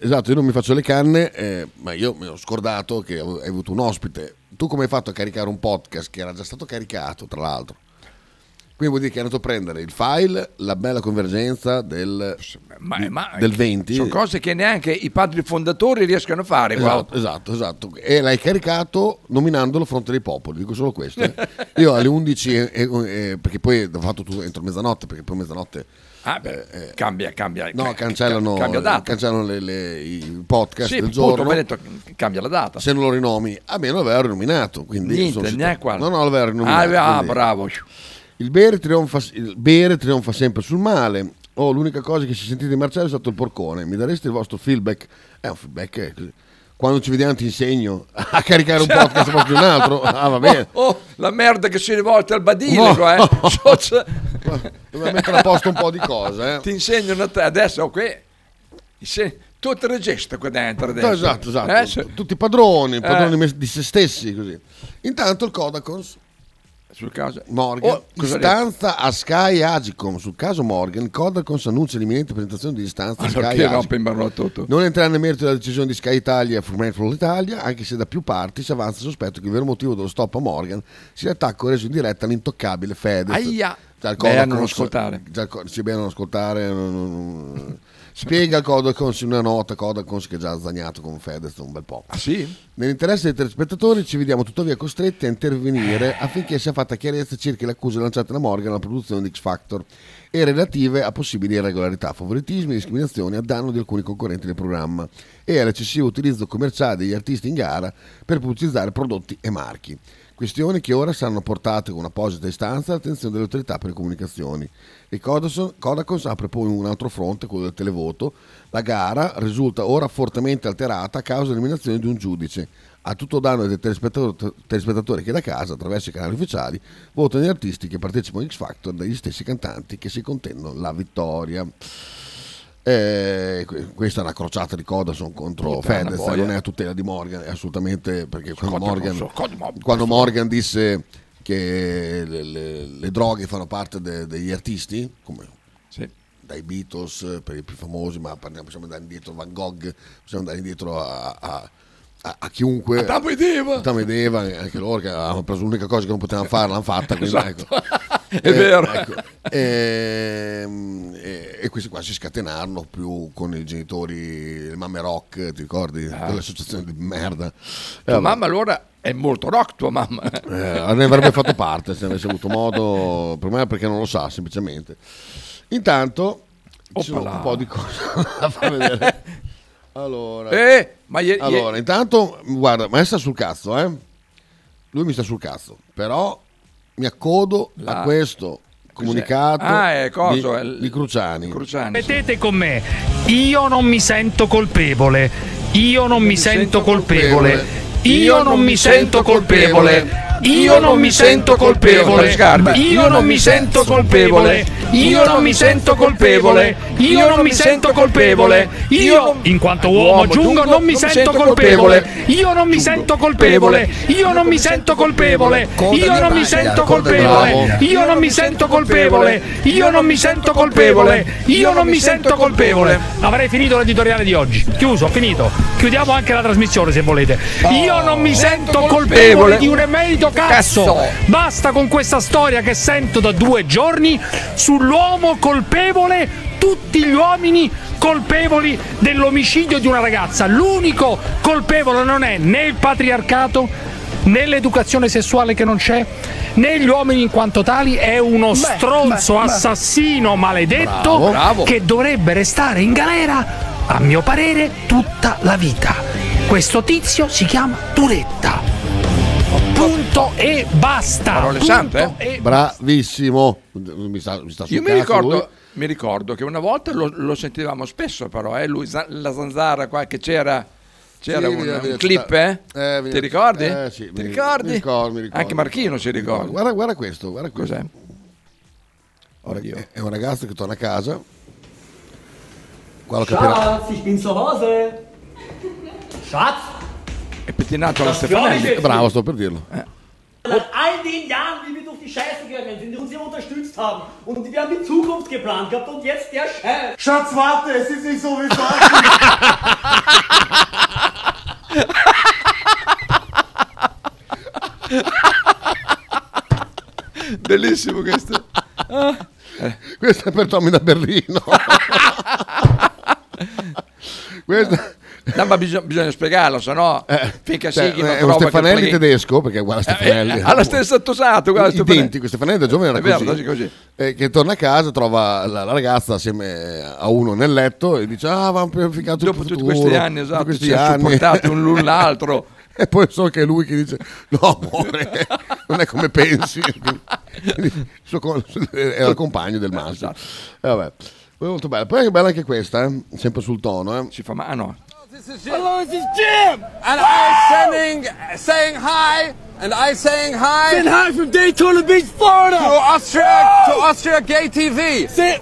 D: esatto, io non mi faccio le canne, eh, ma io mi ho scordato che avevo- hai avuto un ospite. Tu come hai fatto a caricare un podcast che era già stato caricato, tra l'altro? Quindi vuol dire che hai andato a prendere il file, la bella convergenza del,
G: Ma- ma-
D: del 20.
G: Sono cose che neanche i padri fondatori riescono a fare. qua.
D: Esatto, esatto, esatto. E l'hai caricato nominandolo Fronte dei Popoli, dico solo questo. eh. Io alle 11, e- e- e- eh, perché poi l'ho fatto tu entro mezzanotte, perché poi mezzanotte
G: Ah, beh, cambia, Eh, cambia.
D: Eh, no,
G: ca-
D: cancellano,
G: Cambia data.
D: cancellano le- le- i podcast
G: Sì,
D: del
G: appunto,
D: giorno.
G: come detto, cambia la data.
D: Se non lo rinomi, a me non l'aveva rinominato. Quindi
G: Niente,
D: sono
G: neanche
D: uscito-
G: quello.
D: No, no, l'aveva rinominato.
G: Ah, ah,
D: quindi-
G: bravo.
D: Il bere, trionfa, il bere trionfa sempre sul male. Oh, l'unica cosa che si è sentita di Marcello è stato il porcone. Mi dareste il vostro feedback? È un feedback. eh, così. Quando ci vediamo ti insegno a caricare
G: Cioè.
D: un podcast posto di un altro. Ah, va bene.
G: Oh, oh, la merda che si rivolta al badile
D: No.
G: qua, eh.
D: Dobbiamo mettere a posto un po' di cose, eh.
G: Ti insegnano a te adesso, ok? oh, Inse- tutte le gesta qua dentro adesso.
D: No, esatto, esatto.
G: Eh, se-
D: Tutti padroni, padroni
G: Eh.
D: mes- di se stessi così. Intanto il Codacons
G: sul caso
D: Morgan,
G: Oh, cosa ha
D: istanza a Sky Agicom sul caso Morgan, Codacons annuncia l'imminente presentazione di istanza a
G: Allora,
D: Sky
G: chi rompe
D: Agicom.
G: in barba tutto?
D: Non entrerà nel merito della decisione di Sky Italia e Fremantle Italia, anche se da più parti si avanza il sospetto che il vero motivo dello stop a Morgan sia l'attacco reso in diretta all'intoccabile Fedez.
G: Aia!
D: Già il
G: Beh,
D: Codacons-
G: non ascoltare.
D: già il co- sì, beh, non ascoltare. non- non- non- Spiega il Codacons in una nota, Codacons che è già zagnato con Fedez un bel po'. Nell'interesse dei telespettatori ci vediamo tuttavia costretti a intervenire affinché sia fatta chiarezza circa le accuse lanciate da Morgan alla produzione di X Factor e relative a possibili irregolarità, favoritismi e discriminazioni a danno di alcuni concorrenti del programma e all'eccessivo utilizzo commerciale degli artisti in gara per pubblicizzare prodotti e marchi. Questioni che ora saranno portate con apposita istanza all'attenzione delle autorità per le comunicazioni. E Codacons- Codacons apre poi un altro fronte, quello del televoto. La gara risulta ora fortemente alterata a causa dell'eliminazione di un giudice. A tutto danno dei telespettato- telespettatori che da casa, attraverso i canali ufficiali, votano gli artisti che partecipano a X Factor dagli stessi cantanti che si contendono la vittoria. Eh, que- questa è una crociata di Codacons contro
G: Puttana
D: Fedez,
G: boia.
D: non è a tutela di Morgan, è assolutamente perché quando
G: Codacons,
D: Morgan,
G: Codacons.
D: quando Morgan disse che le, le- le droghe fanno parte de- degli artisti, come dai Beatles eh, per i più famosi, ma parliamo, possiamo andare indietro a Van Gogh, possiamo andare indietro a, a- a- a chiunque.
G: A Adamo ed Eva.
D: Adamo ed Eva, anche loro che avevano preso l'unica cosa che non potevano fare, l'hanno fatta. quindi,
G: Esatto.
D: ecco.
G: È
D: Eh,
G: vero.
D: ecco. Ehm, E, e questi qua si scatenarono più con i genitori, le mamme rock, ti ricordi? Dell'associazione di merda. Eh,
G: Ah. Tua
D: vabbè.
G: mamma allora è molto rock tua mamma.
D: Eh, ne avrebbe fatto parte se ne avesse avuto modo, per me perché non lo sa semplicemente. Intanto ci sono
G: Oppala.
D: un po' di cose da far vedere. Allora,
G: Eh, ma ieri-
D: allora intanto guarda, ma sta sul cazzo, eh. Lui mi sta sul cazzo, però mi accodo
G: La-
D: a questo comunicato
G: Ah, è coso,
D: di,
G: è il-
D: di Cruciani.
Q: Ripetete con me, io non mi sento colpevole, io non mi sento colpevole, io non mi sento colpevole, io non mi sento colpevole, io non mi sento colpevole, io non mi sento colpevole, io non mi sento colpevole, io in quanto uomo aggiungo non mi sento colpevole, io non mi sento colpevole, io non mi sento colpevole, io non mi sento colpevole, io non mi sento colpevole, io non mi sento colpevole, io non mi sento colpevole. Avrei finito l'editoriale di oggi. Chiuso, finito. Chiudiamo anche la trasmissione se volete. Io non mi Oh. sento colpevole di un emerito cazzo. Basta con questa storia che sento da due giorni sull'uomo colpevole tutti gli uomini colpevoli dell'omicidio di una ragazza. L'unico colpevole non è né il patriarcato né l'educazione sessuale che non c'è, né gli uomini in quanto tali, è uno stronzo
R: beh, beh.
Q: assassino maledetto
R: Bravo, bravo.
Q: che dovrebbe restare in galera, a mio parere, tutta la vita. Questo tizio si chiama Turetta. Punto e basta.
G: Parole
Q: Punto
G: sante, eh?
Q: e
D: Bravissimo. Mi sta, mi sta sul
G: Io mi
D: cazzo lui.
G: ricordo, mi ricordo che una volta lo, lo sentivamo spesso però, eh, lui, za- la zanzara qua che c'era, c'era
D: Sì,
G: un,
D: veniva-
G: un
D: veniva
G: clip,
D: citata-
G: eh?
D: Eh, veniva
G: Ti
D: citata-
G: ricordi?
D: eh, sì,
G: Ti
D: mi-
G: ricordi?
D: mi ricordo, mi ricordo.
G: Anche Marchino si ricorda.
D: Guarda, guarda questo, guarda questo.
G: Cos'è?
D: Ora, è- è un ragazzo che torna a casa. Qua lo capirà.
S: Schatz, ich bin zu Hause. Schatz,
G: È pettinato alla
S: Das glaub ich
G: Stefanelli. Eh.
S: jetzt.
D: Bravo, sto per dirlo.
S: nach all den Jahren, die wir durch die Scheiße gegangen sind, die uns immer unterstützt haben und wir haben die Zukunft geplant gehabt und jetzt der Scheiß. Schatz, warte, es ist nicht so, wie es war.
G: Bellissimo questo.
A: Ah.
D: Eh, Questo è per Tommy da Berlino. Questa-
G: No, ma Eh. bisogna, bisogna spiegarlo, sennò finché
D: Cioè,
G: Sighi non
D: è uno
G: trova che
D: Stefanelli
G: play-
D: tedesco, perché guarda Stefanelli.
G: Eh, eh, ha la stessa tosata, guarda Stefanelli.
D: Identico, Stefanelli da giovane era
G: È vero,
D: così.
G: così, così.
D: Eh, che torna a casa, trova la, la ragazza assieme a uno nel letto e dice ah, ma pianificato
G: Dopo
D: il
G: tutti
D: futuro,
G: questi anni, esatto,
D: questi
G: ci ha
D: anni."
G: supportato un l'un l'altro.
D: E poi so che è lui che dice: No, amore, non è come pensi. Quindi, il suo co- era il compagno
G: Eh,
D: del maschio.
G: esatto.
D: E vabbè. Poi molto bella. Poi è bella anche questa, eh, sempre sul tono. Eh.
G: Ci fa ma ah, no.
A: Hello, this is Jim, and I sending saying hi, and I saying hi.
S: Saying hi
A: from Daytona Beach, Florida.
G: Oh,
A: To Austria, to Austria Gay TV. Say,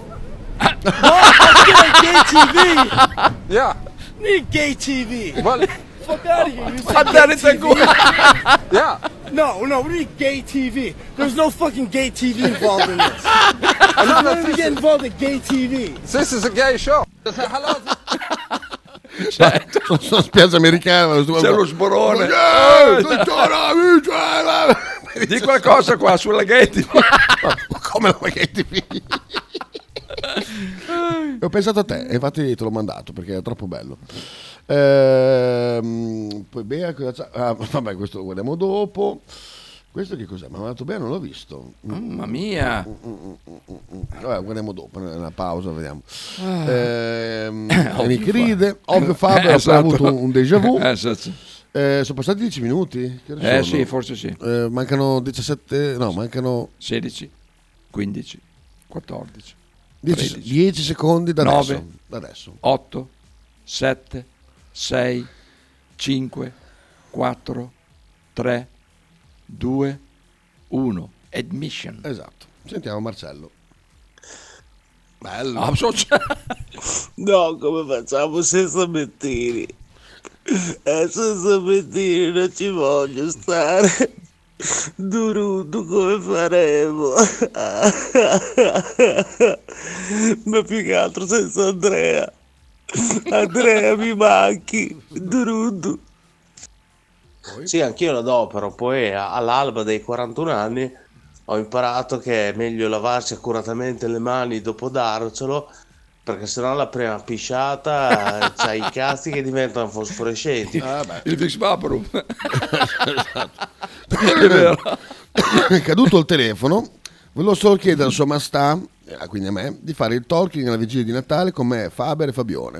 A: Austria Gay TV. Yeah.
S: Nicht gay TV.
G: Well-
S: Fuck out of here. You said
G: Fuck that,
S: gay
G: it's a
S: TV.
G: yeah.
S: No, no, we need gay TV. There's no fucking gay TV involved in this.
G: I'm
S: not even get involved in gay TV.
G: This is a gay show. Hello.
D: Sono, sono spiaggia americana.
G: C'è lo sborone.
D: Yeah,
G: Eh,
D: dottora, amica, eh,
G: Di qualcosa qua sulla gay TV.
D: Ma come la gay TV? Ho pensato a te, e infatti te l'ho mandato perché è troppo bello. Ehm, poi Bea, cosa c'ha? Ah, vabbè, questo lo guardiamo dopo. Questo che cos'è? Ma mandato Bea non l'ho visto.
G: Mamma mia.
D: Mm, mm, mm, mm, mm. Vabbè, guardiamo dopo, nella pausa, vediamo.
G: Ah.
D: Ehm,
G: Ovvio
D: Nick
G: Fabio.
D: ride, ovvio Fabio
G: Eh,
D: ha
G: esatto.
D: avuto un déjà vu.
G: Eh, esatto.
D: Eh, sono passati 10 minuti? Che ore
G: Eh,
D: sono?
G: sì, forse sì.
D: Eh, mancano 17, no, mancano
G: 16, 15, 14,
D: 10, 10 secondi da
G: 9,
D: adesso. Da adesso.
G: 8, 7, 6, 5, 4, 3, 2, 1. Admission.
D: Esatto. Sentiamo Marcello. Bello.
G: Ah, so-
R: No, come facciamo senza mentire? Eh, senza mentire non ci voglio stare. Duruto come faremo? Ma più che altro senza Andrea. Andrea mi manchi. Duruto.
N: Sì, anch'io lo do, però poi a- all'alba dei 41 anni ho imparato che è meglio lavarsi accuratamente le mani dopo darcelo, perché sennò la prima pisciata eh, c'hai i cazzi che diventano fosforescenti.
G: Ah, Il Vix Vaporum.
D: È vero. è caduto il telefono. Volevo solo chiedere a sua maestà, eh, quindi a me, di fare il talking alla vigilia di Natale con me, Faber e Fabione.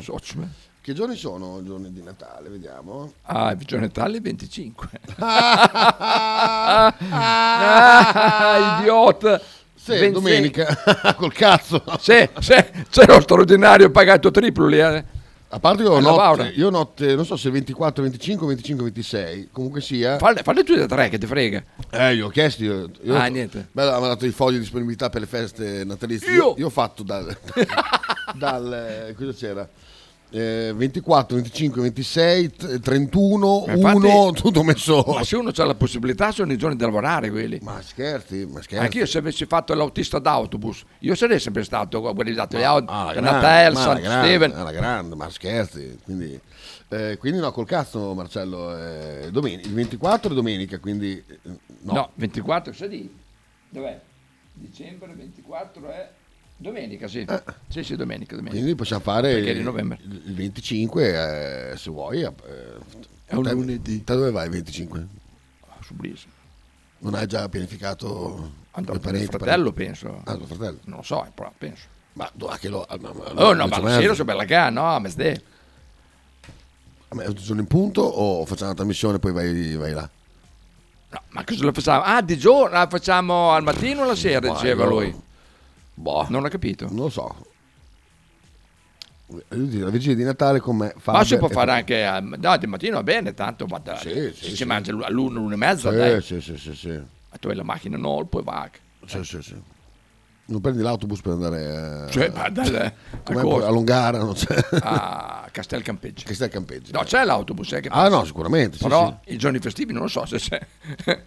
D: Che giorni sono i giorni di Natale? Vediamo.
G: eh. Ah, il Vigio Natale 25.
D: Ah,
G: idiota.
D: Sì, domenica. Col cazzo.
G: Sì, sì, Eh, c'è lo straordinario pagato triplo lì. eh.
D: A parte io
G: Alla Baura.
D: notte, io notte, non so se 24, 25, 25, 26, comunque sia.
G: Falle, falle tu da tre, che ti frega.
D: Eh, gli ho chiesto. Io, io
G: Ah, niente.
D: Beh, avevamo dato i fogli di disponibilità per le feste natalizie.
G: Io?
D: ho fatto dal. dal eh, cosa c'era? Eh, 24, 25, 26, t- 31,
G: Ma infatti-
D: 1, tutto messo.
G: Ma se uno ha la possibilità, sono i giorni da lavorare quelli.
D: Ma scherzi, ma scherzi.
G: Anch'io se avessi fatto l'autista d'autobus, io sarei sempre stato guardato le auto,
D: Ah,
G: ah,
D: grande,
G: Natale,
D: ma
G: San
D: alla grande,
G: Steven.
D: alla grande, ma scherzi. Quindi, eh, quindi no, col cazzo Marcello, eh, domen- il 24 è domenica, quindi eh, no.
G: No, 24 è di. Dov'è? Dicembre 24 è domenica, sì.
D: Eh.
G: Sì, sì, domenica, domenica.
D: Quindi possiamo fare
G: Perché è
D: il,
G: di novembre.
D: il 25, eh, se vuoi. eh,
G: È un
D: te-
G: lunedì.
D: Te dove vai il 25?
G: Ah, Su Brisa.
D: Non hai già pianificato
G: Andrò
D: i
G: con mio
D: parenti,
G: fratello,
D: parenti?
G: penso.
D: Ah, tuo fratello.
G: Non lo so, però penso.
D: Ma do- anche lo... ah, ma- ma-
G: Oh no, ma
D: mezzo
G: la
D: mezzo.
G: sera sono bella gara, no, ma stai.
D: Ah, Ma È tutto il giorno in punto o facciamo una trasmissione e poi vai, vai là?
G: Ma cosa lo facciamo? Ah, di giorno, la facciamo al mattino o alla sera,
D: Boh,
G: diceva
D: io- boh.
G: lui. Non ho capito.
D: Non lo so. Lui dice, La vigilia di Natale con me.
G: Ma
D: Fabio
G: si può
D: e-
G: fare anche a- no, di mattino va bene, tanto va da-
D: sì,
G: se si
D: sì.
G: mangia all'uno, l'uno e mezzo,
D: Sì,
G: dai.
D: sì, sì, sì, sì.
G: Ma tu hai la macchina no, poi va.
D: Sì, sì, sì. Non prendi l'autobus per andare eh,
G: Cioè, ma dal- a
D: com'è,
G: cosa? Ah,
D: a Longara, non c'è.
G: A Castel Campeggio.
D: Castel Campeggio.
G: No, c'è l'autobus, eh, che
D: Ah,
G: passa.
D: no, sicuramente, sì, Ah,
G: Però i giorni festivi non lo so se c'è.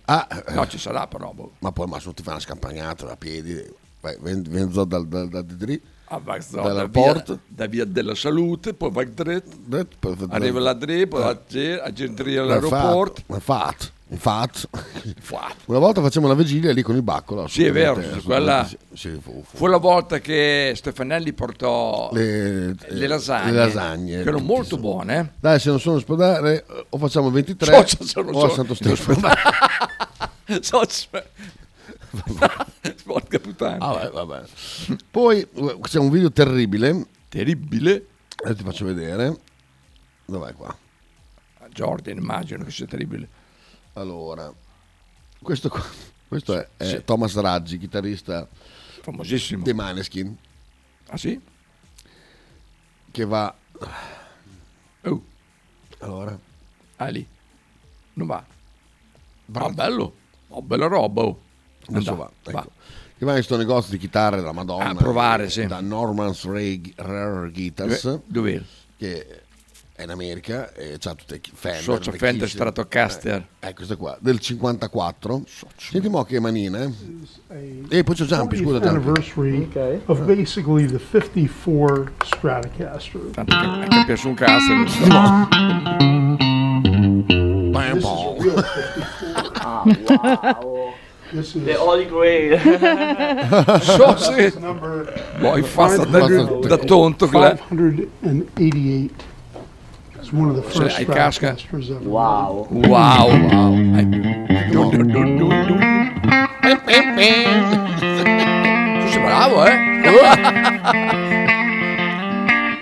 G: no, ci sarà però. boh.
D: Ma poi al massimo ti fa una scampagnata da piedi, vai, ven- venzo dal, dal, dal, dal,
G: Ah, va, so, da, via,
D: dall'aeroporto.
G: da via della salute, poi va dritto,
D: Dritto, poi va-
G: arriva là dritto, poi
D: Eh.
G: a Ger- a Gentry
D: Ma
G: all'aeroporto.
D: infatti, ma infatti, infatti. Una volta facciamo la vigilia lì con il baccolo.
G: Sì, è vero,
D: assolutamente,
G: quella-
D: assolutamente Sì, sì, fu- fu-
G: Fu la volta che Stefanelli portò
D: Le-
G: le, lasagne,
D: le lasagne.
G: che erano molto buone.
D: Dai, se non sono in ospedale, eh, o facciamo il 23
G: So, so, so,
D: o a
G: so.
D: Santo Stefano.
G: So, so. Cioè, Porca puttana.
D: Ah, vabbè, vabbè. Poi eh, c'è un video terribile.
G: Terribile?
D: Adesso ti faccio vedere. Dov'è qua?
G: Ah, Jordan, immagino che sia terribile.
D: Allora, questo qua. Questo è, è
G: Sì.
D: Thomas Raggi, chitarrista
G: famosissimo
D: dei Maneskin.
G: Ah sì?
D: Che va.
G: Oh.
D: Ah. Allora.
G: Ah lì. Non va. Ah, bello. Oh, bella roba. Oh.
D: Adesso
G: Andà,
D: va, ecco. Che va in questo negozio di chitarre della Madonna.
G: A provare, sì. Eh,
D: Da Norman's Rare Rare Guitars.
G: Dove- dov'era?
D: Che è in America e c'ha tutte chi- Fender,
G: Socio
D: vecchissime.
G: Fender Stratocaster.
D: Eh, eh, questa qua, del 54. Senti mo che manina, eh. E poi c'è Giampi, scusa
T: 40th
D: Giampi.
T: anniversary of basically the 54 Stratocaster.
G: Anche per su un cazzo. eh. non so.
T: This is a real 54.
U: Ah,
T: wow. This is
R: The Holy Grail.
T: so
R: Sausage.
G: Boy, fatta da- da tonto che l'è.
T: 588. It's one of the
G: Cioè,
T: first
G: hai casca.
T: Stratocasters ever.
G: Wow. Wow, wow. Hai- Du, du, du, du, du. Tu sei bravo, eh?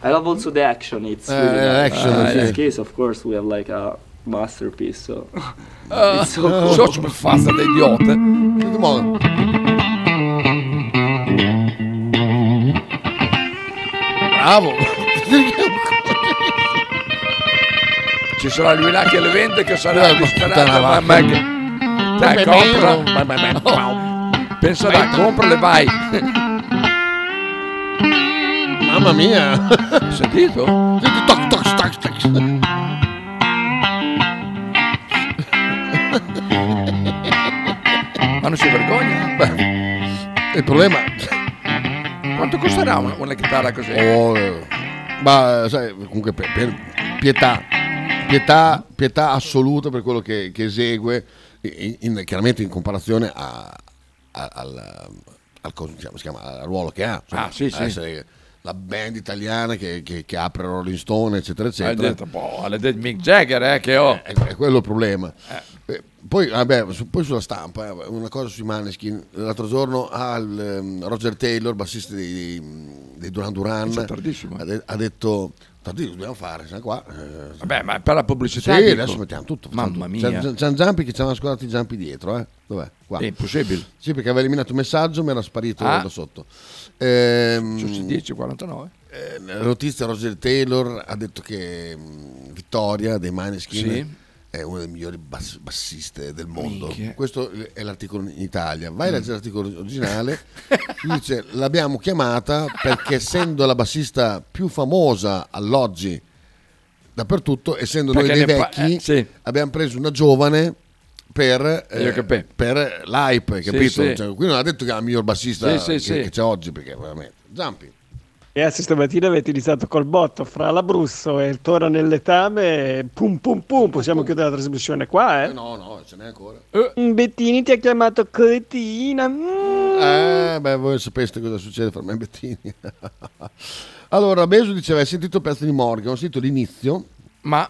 U: I love also the action. It's
D: Uh,
U: really nice.
D: action,
U: Uh, in
D: yeah.
U: this case, of course, we have like a masterpiece. So
G: Ah,
U: it's so cool.
G: Socio per fatta da idiota.
D: Senti mo. Bravo.
G: Ci sarà lui là che le vende che sarà
D: Eh, ma puttana
G: disperato. Ma, ma
D: vacca.
G: che...
D: Ma Oh.
G: Dai,
D: è
G: compra.
D: vero.
G: Ma, ma, ma, ma- Penserà, compra e vai.
D: Mamma mia.
G: Sentito?
D: Senti, toc, toc, toc, toc.
G: Ma non si vergogna?
D: Il problema...
G: Quanto costerà una, una chitarra così?
D: Oh, eh, ma eh, sai, comunque per, per pietà, pietà, pietà assoluta per quello che, che esegue, in- in- chiaramente in comparazione a- a- al, al co- diciamo, si chiama, al ruolo che ha.
G: Ah, sì, sì.
D: essere La band italiana che, che- che apre Rolling Stone, eccetera,
G: Ah, Hai
D: eccetera.
G: detto, boh, l'hai detto Mick Jagger, eh, che ho.
D: È, è quello il problema. Eh, Poi, vabbè, su- poi sulla stampa, eh, una cosa sui Maneskin. L'altro giorno ah, il, ehm, Roger Taylor, bassista dei, dei- dei Duran Duran,
G: Cioè, tardissimo.
D: ha, de- ha detto: Tanti dobbiamo fare, siamo qua. eh."
G: Vabbè, ma per la pubblicità.
D: Sì,
G: dico.
D: adesso mettiamo tutto. facciamo
G: Mamma
D: tutto.
G: mia.
D: C'è, c'è un Giampi che ci hanno scordato i Giampi dietro, eh? Dov'è? Qua.
G: È impossibile.
D: Sì, perché aveva eliminato un messaggio, mi era sparito
G: Ah.
D: da sotto. Ehm,
G: Su 10,49.
D: eh, la notizia Roger Taylor ha detto che mh, Vittoria dei Maneskin
G: Sì.
D: è uno dei migliori bass- bassiste del mondo.
G: Minchia.
D: Questo è l'articolo in Italia. Vai a
G: Mm.
D: leggere l'articolo originale. Lui dice l'abbiamo chiamata perché essendo la bassista più famosa all'oggi dappertutto, essendo
G: Perché
D: noi dei
G: ne pa-
D: vecchi,
G: eh, sì.
D: abbiamo preso una giovane per, eh,
G: Io capì.
D: per l'hype,
G: Sì,
D: capito?
G: sì.
D: Cioè, qui non ha detto che è la miglior bassista
G: Sì, sì,
D: che,
G: sì.
D: che c'è oggi, perché veramente... Zampi.
R: Ragazzi, stamattina avete iniziato col botto fra l'Abruzzo e il Toro nel letame. Pum pum pum, possiamo chiudere la trasmissione
G: Ah,
R: qua, eh?
D: No, no, ce n'è ancora.
G: Eh.
R: Bettini ti ha chiamato cretina. mm.
D: Eh, beh, voi sapeste cosa succede fra me e Bettini. allora, Beso diceva, hai sentito il pezzo di Morgan, ho sentito l'inizio.
G: Ma...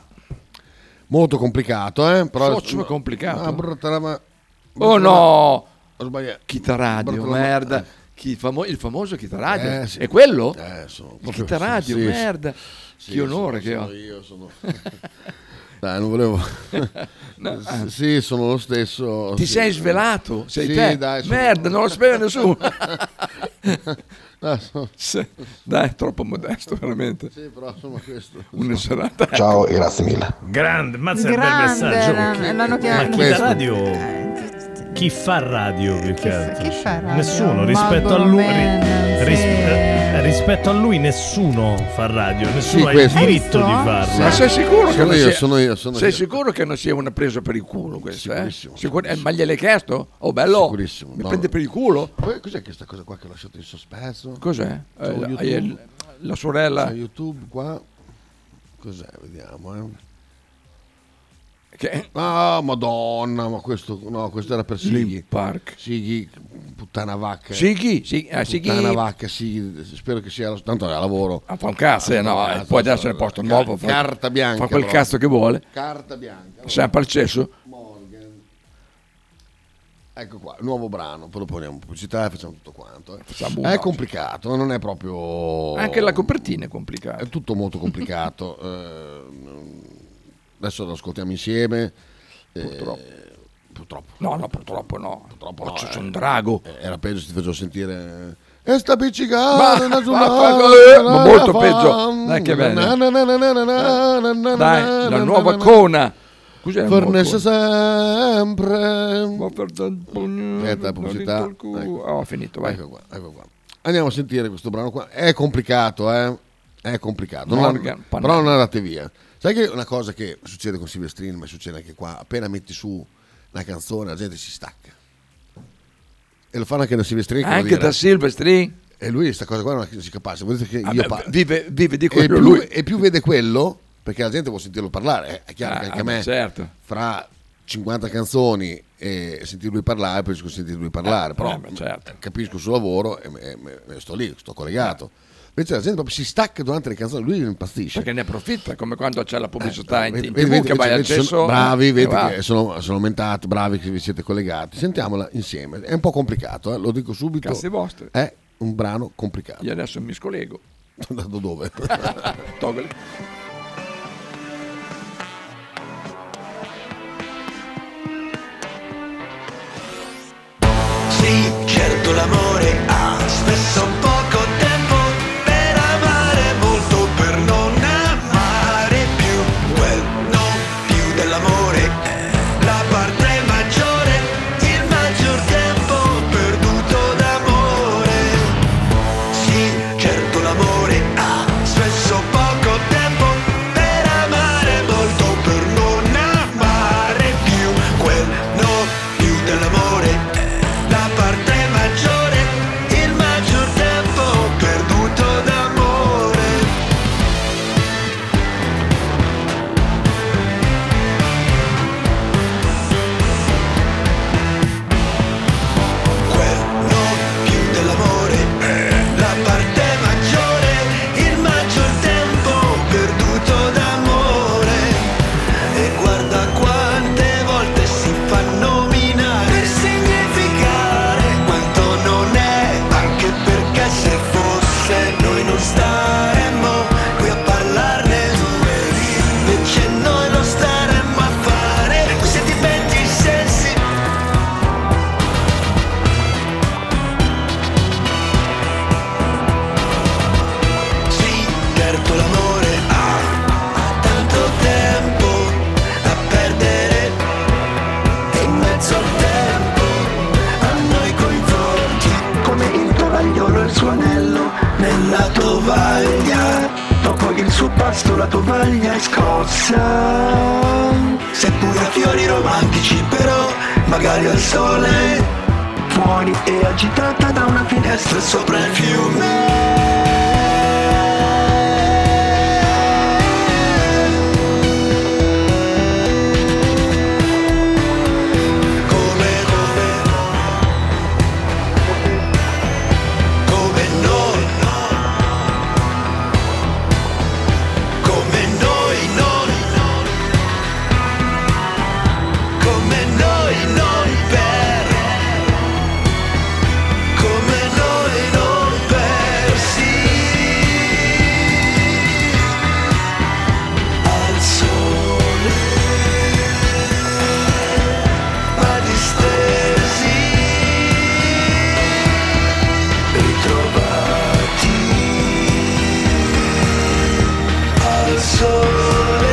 D: Molto complicato, eh? Però...
G: Socio è complicato.
D: Ah, brutta la ma-
G: Oh
D: brutta la ma-
G: no! eh.
D: Ho sbagliato.
G: Chitaradio,
D: Brutta la ma-
G: merda. Chi- famo- il famoso chitaradio.
D: Eh, sì.
G: È quello?
D: Eh, sono
G: Il
D: proprio-
G: chitaradio,
D: sì, sì.
G: merda.
D: Sì,
G: che onore
D: sono-
G: che ho.
D: sono io, sono- Dai, non volevo...
G: No.
D: S- Sì, sono lo stesso.
G: Ti
D: sì.
G: sei svelato? Sei
D: Sì,
G: te?
D: dai, sono-
G: Merda, non lo sapeva nessuno.
D: Dai, sono-
G: Sì. Dai, è troppo modesto, veramente.
D: Sì, però insomma questo.
G: Una serata. ecco.
H: Ciao e grazie mille.
V: Grande, mazza che bel
W: Grande,
V: messaggio.
W: la-
V: Chi- Eh,
W: l'hanno
V: Ma
W: chiamato.
V: chi fa
W: Questo.
V: radio? Chi fa radio più che altro?
W: chi fa radio?
V: Nessuno, rispetto a lui.
W: Malcolm
V: ri- ris-
W: Bennett.
V: eh, rispetto a lui nessuno fa radio, nessuno ha il
D: questo.
V: diritto di
D: Hai
V: farlo.
D: visto?
G: Ma sei sicuro che
D: Sono
G: non
D: io,
G: sia-
D: sono io, sono
G: sei
D: io.
G: sicuro che non sia una presa per il culo questa? Eh? Sicur- eh, ma gliel'hai chiesto? Oh bello, mi
D: no.
G: prende per il culo?
D: Poi cos'è questa cosa qua che ho lasciato in sospeso?
G: Cos'è?
D: C'ho
G: Eh, la-
D: YouTube.
G: eh, la sorella-
D: C'ho YouTube qua. Cos'è? Vediamo, eh.
G: Che?
D: Ah, madonna, ma questo no, questo era per Sighi.
G: Park.
D: Sighi, puttana vacca.
G: Sighi? Sì, eh, Sighi.
D: Puttana vacca, Sighi. Spero che sia lo- tanto è a lavoro.
G: Ah, fa un cazzo, eh, no, eh, poi adesso ne porta un nuovo, fa-
D: Carta bianca.
G: fa quel
D: proprio.
G: cazzo che vuole.
D: Carta bianca.
G: Siamo al cesso?
D: Ecco qua, nuovo brano, poi lo poniamo in pubblicità e facciamo tutto quanto. eh.
G: Facciamo un
D: è
G: altro.
D: complicato, eh, non è proprio...
G: Anche la copertina è complicata.
D: È tutto molto complicato. eh, adesso lo ascoltiamo insieme. Purtroppo. purtroppo.
G: No, no, purtroppo no.
D: Purtroppo
G: Oh,
D: no,
G: c'è
D: eh.
G: un drago.
D: Eh, Era peggio se ti facevo sentire... E sta
G: Ma-
D: piccicata, una
G: ma-
D: giornata,
G: eh? ma- ma molto
D: fa-
G: peggio. Dai, che bene.
D: na- na- na- na- na- na- na- na- na-
G: Dai,
D: na-
G: la
D: na-
G: nuova
D: na-
G: cona. Cos'è la nuova
D: Fornessa sempre.
G: Aspetta,
D: la pubblicità.
G: Oh, ho finito, vai.
D: Ecco qua, ecco qua. Andiamo a sentire questo brano qua. È complicato, eh. È complicato.
G: Morgan
D: non-
G: Panella.
D: però non andate via. Sai che una cosa che succede con Silvestrini, ma succede anche qua, appena metti su una canzone la gente si stacca. E lo fanno anche da Silvestrini. che lo
G: Anche
D: dire.
G: da Silvestrini?
D: E lui sta cosa qua non si capace. vuol dire Che
G: Vabbè,
D: io parlo.
G: vive- vive di
D: e
G: quello
D: più,
G: lui.
D: e più vede quello, perché la gente vuol sentirlo parlare. eh, È chiaro
G: Ah,
D: che anche
G: vabbè,
D: a me,
G: certo.
D: fra 50 canzoni e sentir lui parlare, preferisco sentir lui parlare.
G: Eh,
D: però
G: eh, beh, certo.
D: capisco il suo lavoro e, e- e- e sto lì, sto collegato. Invece la gente proprio si stacca durante le canzoni, lui impazzisce.
G: Perché ne approfitta, come quando c'è la pubblicità in, in
D: Eh, Vedi,
G: tv
D: vedi,
G: che vai
D: vedi,
G: al
D: sono-
G: cesso.
D: bravi,
G: e
D: vedi
G: va.
D: che sono, sono aumentati, bravi che vi siete collegati. Sentiamola insieme. È un po' complicato, eh, lo dico subito.
G: Cazzi vostri.
D: È un brano complicato.
G: Io adesso mi scollego.
D: Da dove?
G: Toggle.
E: Sì, certo l'amore ha spesso poco tempo per amare molto, per non amare più. Quel non più dell'amore è la parte maggiore, il maggior tempo perduto d'amore. Sì, certo l'amore ha spesso poco tempo per amare molto, per non amare più. Quel non più dell'amore è la parte maggiore, il maggior tempo perduto d'amore. Quello più dell'amore, la parte maggiore, il maggior tempo perduto d'amore. E guarda quante volte si fa nominare per significare quanto non è, anche perché se fosse noi non staremmo qui a parlarne, invece noi non staremmo a fare quei sentimenti sensi. Sì, certo l'amore ha tanto tempo a perdere e in mezzo al tempo a noi coinvolti come il tovagliolo e il suo anello nella tovaglia dopo il suo pasto la tovaglia è scossa seppure a fiori romantici però magari al sole fuori e agitata da una finestra sopra il fiume come noi, come noi, noi, come noi, noi per, come noi, noi per sì, al sole, ma distesi ritrovati al sole,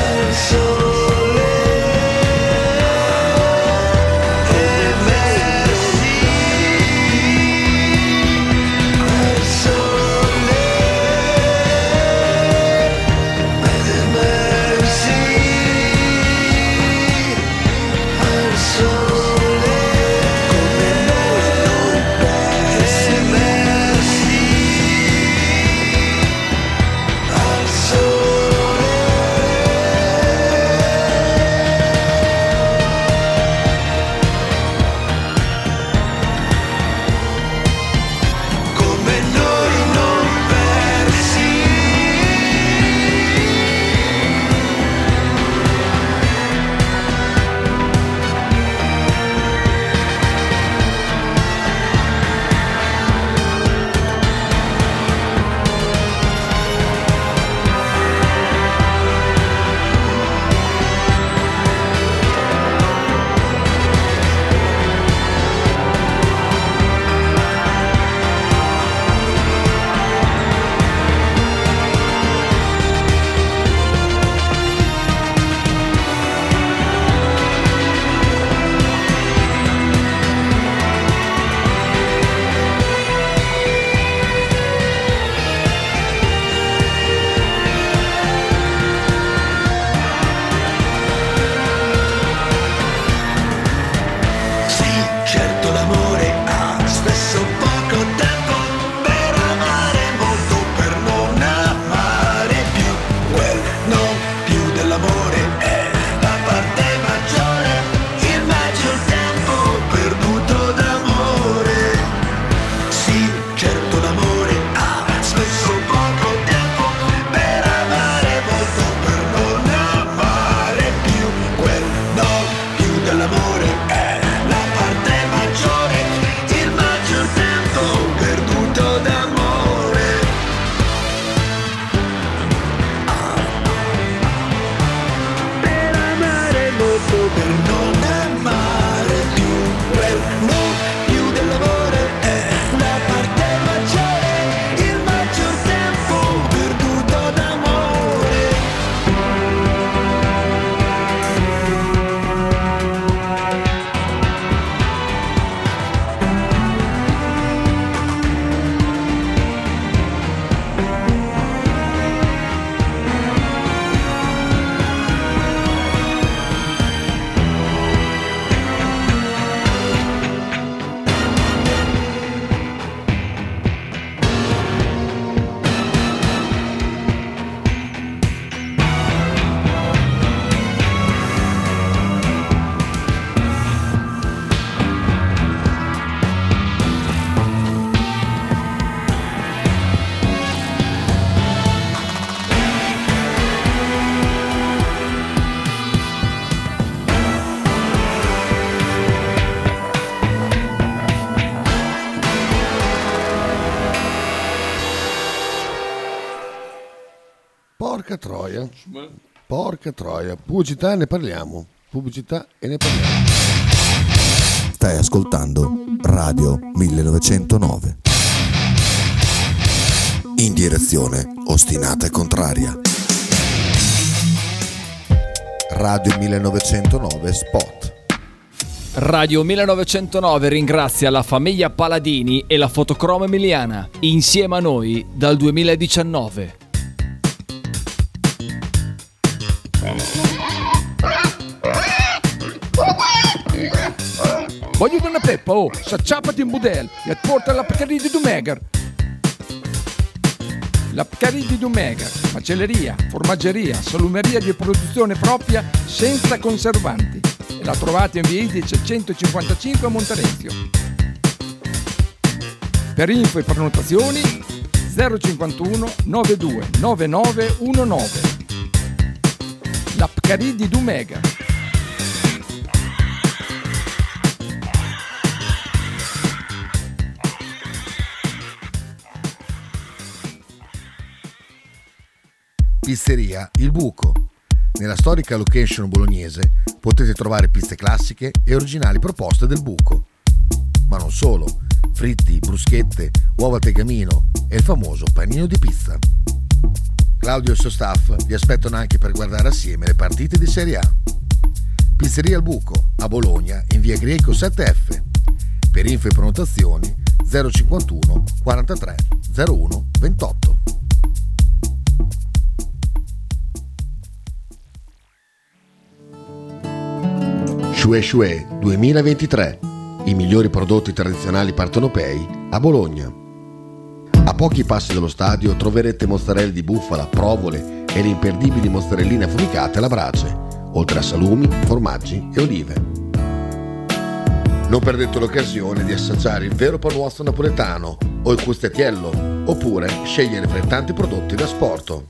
E: al sole, emersi al sole, emersi al sole come noi non persi immersi certo certo
D: Porca troia. Porca troia. Pubblicità ne parliamo. Pubblicità e ne parliamo.
B: Stai ascoltando Radio 1909. In direzione ostinata e contraria. Radio 1909 Spot.
C: Radio 1909 ringrazia la famiglia Paladini e la fotocromo emiliana, insieme a noi dal 2019.
G: Voglio una peppa, oh, s'acciappati in budel e porta la Pcaridi di Dumegar. La Pcaridi di Dumegar, macelleria, formaggeria, salumeria di produzione propria senza conservanti. E la trovate in via Idice 155 a Monterezio. Per info e prenotazioni 051 92 9919. La Pcaridi di Dumegar.
B: Pizzeria Il Buco. Nella storica location bolognese potete trovare pizze classiche e originali proposte del buco. Ma non solo, fritti, bruschette, uova al tegamino e il famoso panino di pizza. Claudio e il suo staff vi aspettano anche per guardare assieme le partite di Serie A. Pizzeria Il Buco, a Bologna, in via Greco 7F. Per info e prenotazioni 051 43 01 28.
D: Shue Shue 2023. I migliori prodotti tradizionali partenopei a Bologna. A pochi passi dallo stadio troverete mozzarella di bufala, provole e le imperdibili mozzarelline affumicate alla brace, oltre a salumi, formaggi e olive. Non perdete l'occasione di assaggiare il vero panuozzo napoletano o il custettiello, oppure scegliere fra i tanti prodotti da sporto.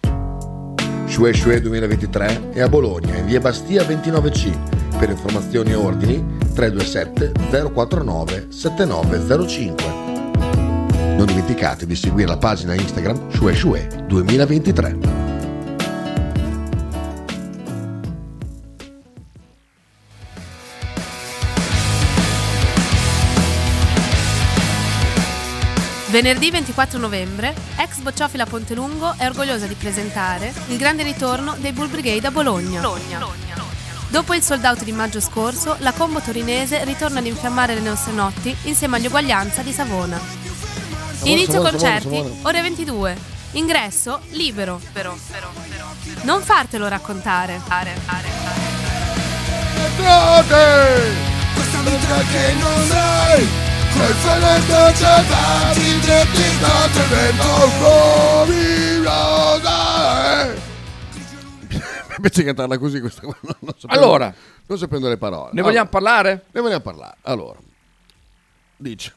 D: Shue Shue 2023 è a Bologna, in via Bastia 29C. Per informazioni e ordini 327 049 7905. Non dimenticate di seguire la pagina Instagram Shue Shue 2023.
W: Venerdì 24 novembre, ex Bocciofila Pontelungo è orgogliosa di presentare il grande ritorno dei Bull Brigade a Bologna. Dopo il sold out di maggio scorso, la combo torinese ritorna ad infiammare le nostre notti insieme agli Uguaglianza di Savona. Inizio
X: Savona,
W: concerti,
X: Savona, Savona.
W: ore 22. Ingresso libero. Non fartelo raccontare.
E: Questa vita che non hai Col freddo c'è tanti dritti da tremendo fuori rosa
D: Invece di cantarla così questa qua non, non sapendo,
G: Allora.
D: non sapendo le parole.
G: Ne vogliamo parlare?
D: Ne vogliamo parlare. Allora, dice.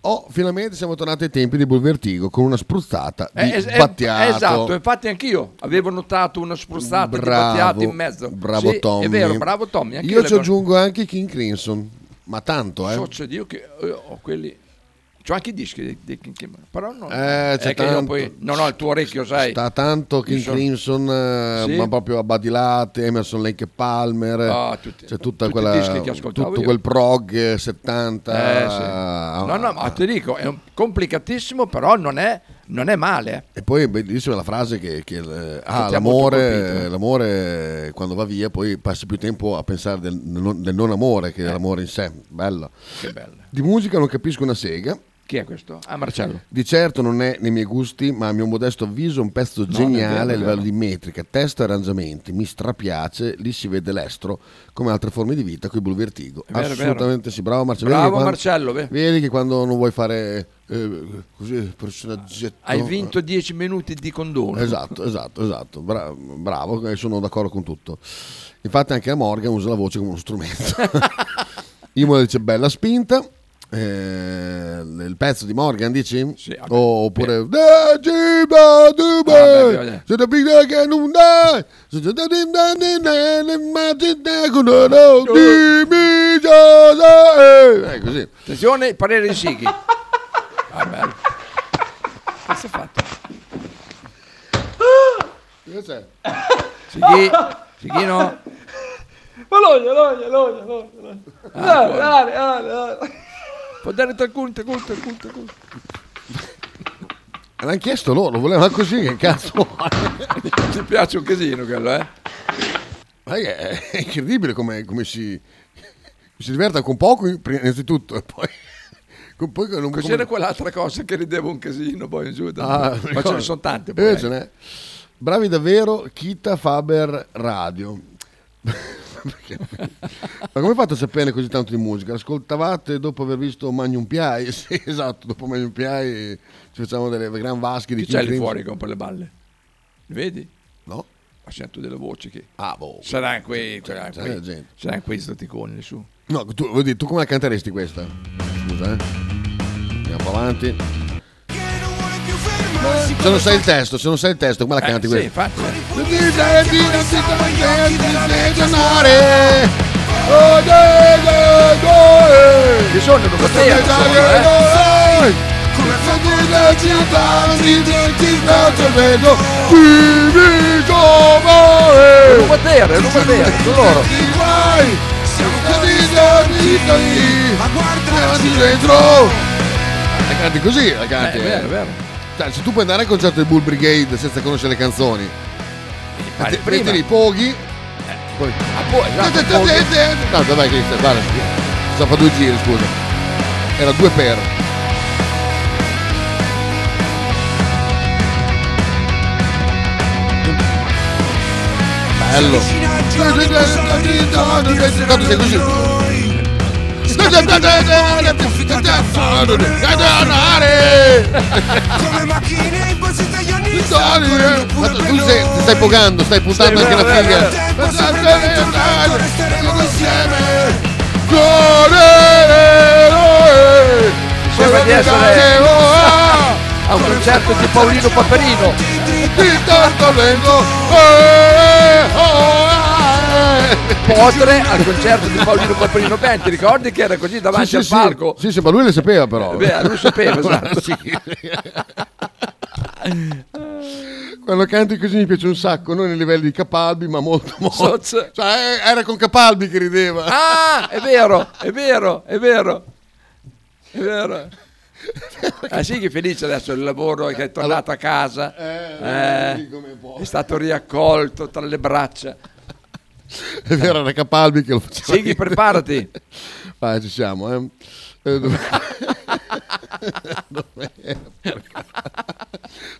D: Oh, finalmente siamo tornati ai tempi di Bulvertigo con una spruzzata di
G: Eh, es- eh,
D: Battiato.
G: esatto, infatti anch'io avevo notato una spruzzata di
D: Bravo,
G: battiato in mezzo.
D: Bravo
G: Sì,
D: Tommy.
G: È vero, bravo Tommy. anch'io
D: Io ci
G: l'avevo-
D: aggiungo anche i King Crimson, ma tanto, eh.
G: Sozzo di Dio che eh, ho quelli. C'ho anche i dischi dei, dei King Crimson, però non,
D: Eh, c'è
G: è che io
D: tanto.
G: poi non ho il tuo orecchio, sai.
D: Sta tanto King
G: Io sono-
D: Crimson, eh,
G: Sì.
D: ma proprio a badilate, Emerson Lake e Palmer, eh,
G: Ah, tutti-
D: c'è tutta
G: tutti i dischi
D: quella,
G: che ascoltavo
D: tutto
G: io.
D: quel prog Ah. eh, 70.
G: Eh, sì. No, no, ma ti dico, è un- complicatissimo, però non è, non è male. eh.
D: E poi è bellissima la frase che, che, eh, ah,
G: ti ha molto
D: l'amore,
G: colpito.
D: l'amore, eh, quando va via poi passi più tempo a pensare del, non, del non amore che dell'amore in sé. Bello.
G: Eh. Che bello.
D: Di musica non capisco una sega.
G: Chi è questo? Ah, Marcello.
D: Di certo non è nei miei gusti, ma a mio modesto avviso è un pezzo
G: è
D: geniale
G: vero,
D: a
G: è
D: livello
G: vero.
D: di metrica, testo e arrangiamenti. Mi strapiace, lì si vede l'estro come altre forme di vita con il vertigo.
G: È vero, è vero.
D: Assolutamente sì, bravo Marcello.
G: Bravo
D: Vedi che
G: Marcello,
D: quando,
G: beh.
D: vedi che quando non vuoi fare eh, così personaggetto.
G: Hai vinto 10 minuti di condono.
D: eh. Esatto, esatto, esatto. Bra- bravo, eh, sono d'accordo con tutto. Infatti anche a Morgan usa la voce come uno strumento. Imola dice bella spinta. Eh, il pezzo di Morgan dici? O- oppure "Eh, Giba, Duba,
E: Vabbè, vabbè.
D: se ti piglia che non dai, se ti dai, dai, dai, dai, l'immagine del colore di Michele". Eh, così.
G: Attenzione, il parere di Sighi. Vabbè. Cosa ha fatto?
T: Cosa c'è?
G: Sighi, Sighino,
E: Bologna, Bologna, Bologna, Bologna.
G: Ah,
E: Ah,
G: poi.
E: dai, dai, dai.
G: può dare tre culte, culte, culte, culte.
T: L'hanno chiesto loro, voleva così, che cazzo vuole?
G: Ti piace un casino quello, eh?
T: Ma è, è incredibile come, come si, si diverta con poco, pri- innanzitutto, e poi... con- poi con-
G: Cos'era
T: come-
G: quell'altra cosa che rideva un casino poi in giù?
T: Ah,
G: ma ce
T: ricordo.
G: ne sono tante.
T: Eh,
G: Poi,
T: ce n'è. Bravi davvero, Kita Faber Radio. Perché- Ma come fate a saperne così tanto di musica? Ascoltavate dopo aver visto Magnum P.I. Sì, esatto, dopo Magnum P.I. ci facciamo delle gran vasche di
G: Chi c'è
T: King
G: lì
T: Crimson.
G: fuori che rompe le balle? Li vedi?
T: No.
G: Ho sentito delle voci che...
T: Ah, boh.
G: Saranno quei... Saranno
T: c'è Eh, la
G: quei,
T: gente.
G: saranno quei zoticoni su.
T: No, tu, voglio dire, tu come la canteresti questa? Scusa, eh. Andiamo avanti. Se non sai il testo, se non sai il testo, come la
G: Eh,
T: canti
G: sì,
T: questa?
G: infatti.
T: Che sono dopo eh.
E: te,
G: eh.
T: eh. Rubatera, rubatera, sono loro. Ma guardati dentro! La canti così, la canti.
G: Eh, è vero, è vero.
T: Cioè, se tu puoi andare al concerto di Bull Brigade senza conoscere le canzoni,
G: fai
T: Te-
G: Eh, prima. Eh,
T: mettili i poghi, poi.
G: poi, esatto, i poghi.
T: No, dai, che guarda, sta fa due giri, scusa. Era due per. Bello. Tanto sei così.
E: Come macchine in
T: Ma tu tu sei- ti stai pogando, stai puntando anche la figa.
E: Resteremo insieme.
T: Correre!
G: Sembra di essere a un concerto di Paolino Paperino.
T: Eh, oh,
G: Potre al concerto di Paolino Paperino Band, ti ricordi che era così davanti
T: Sì,
G: al
T: sì,
G: palco? Eh,
T: Sì, sì, ma lui le sapeva però.
G: Beh, lui sapeva, esatto.
T: Quando canti così mi piace un sacco, non nei livelli di Capalbi, ma molto molto.
G: Soz.
T: Cioè, era con Capalbi che rideva.
G: Ah, è vero, è vero, è vero. È vero. Ah sì che è felice adesso il lavoro, che è tornato a casa,
T: Eh,
G: eh, è stato riaccolto tra le braccia.
T: È vero, era Capalbi che lo faceva.
G: Sighi, preparati.
T: Vai, ci siamo, eh. Eh, dove- dov'è?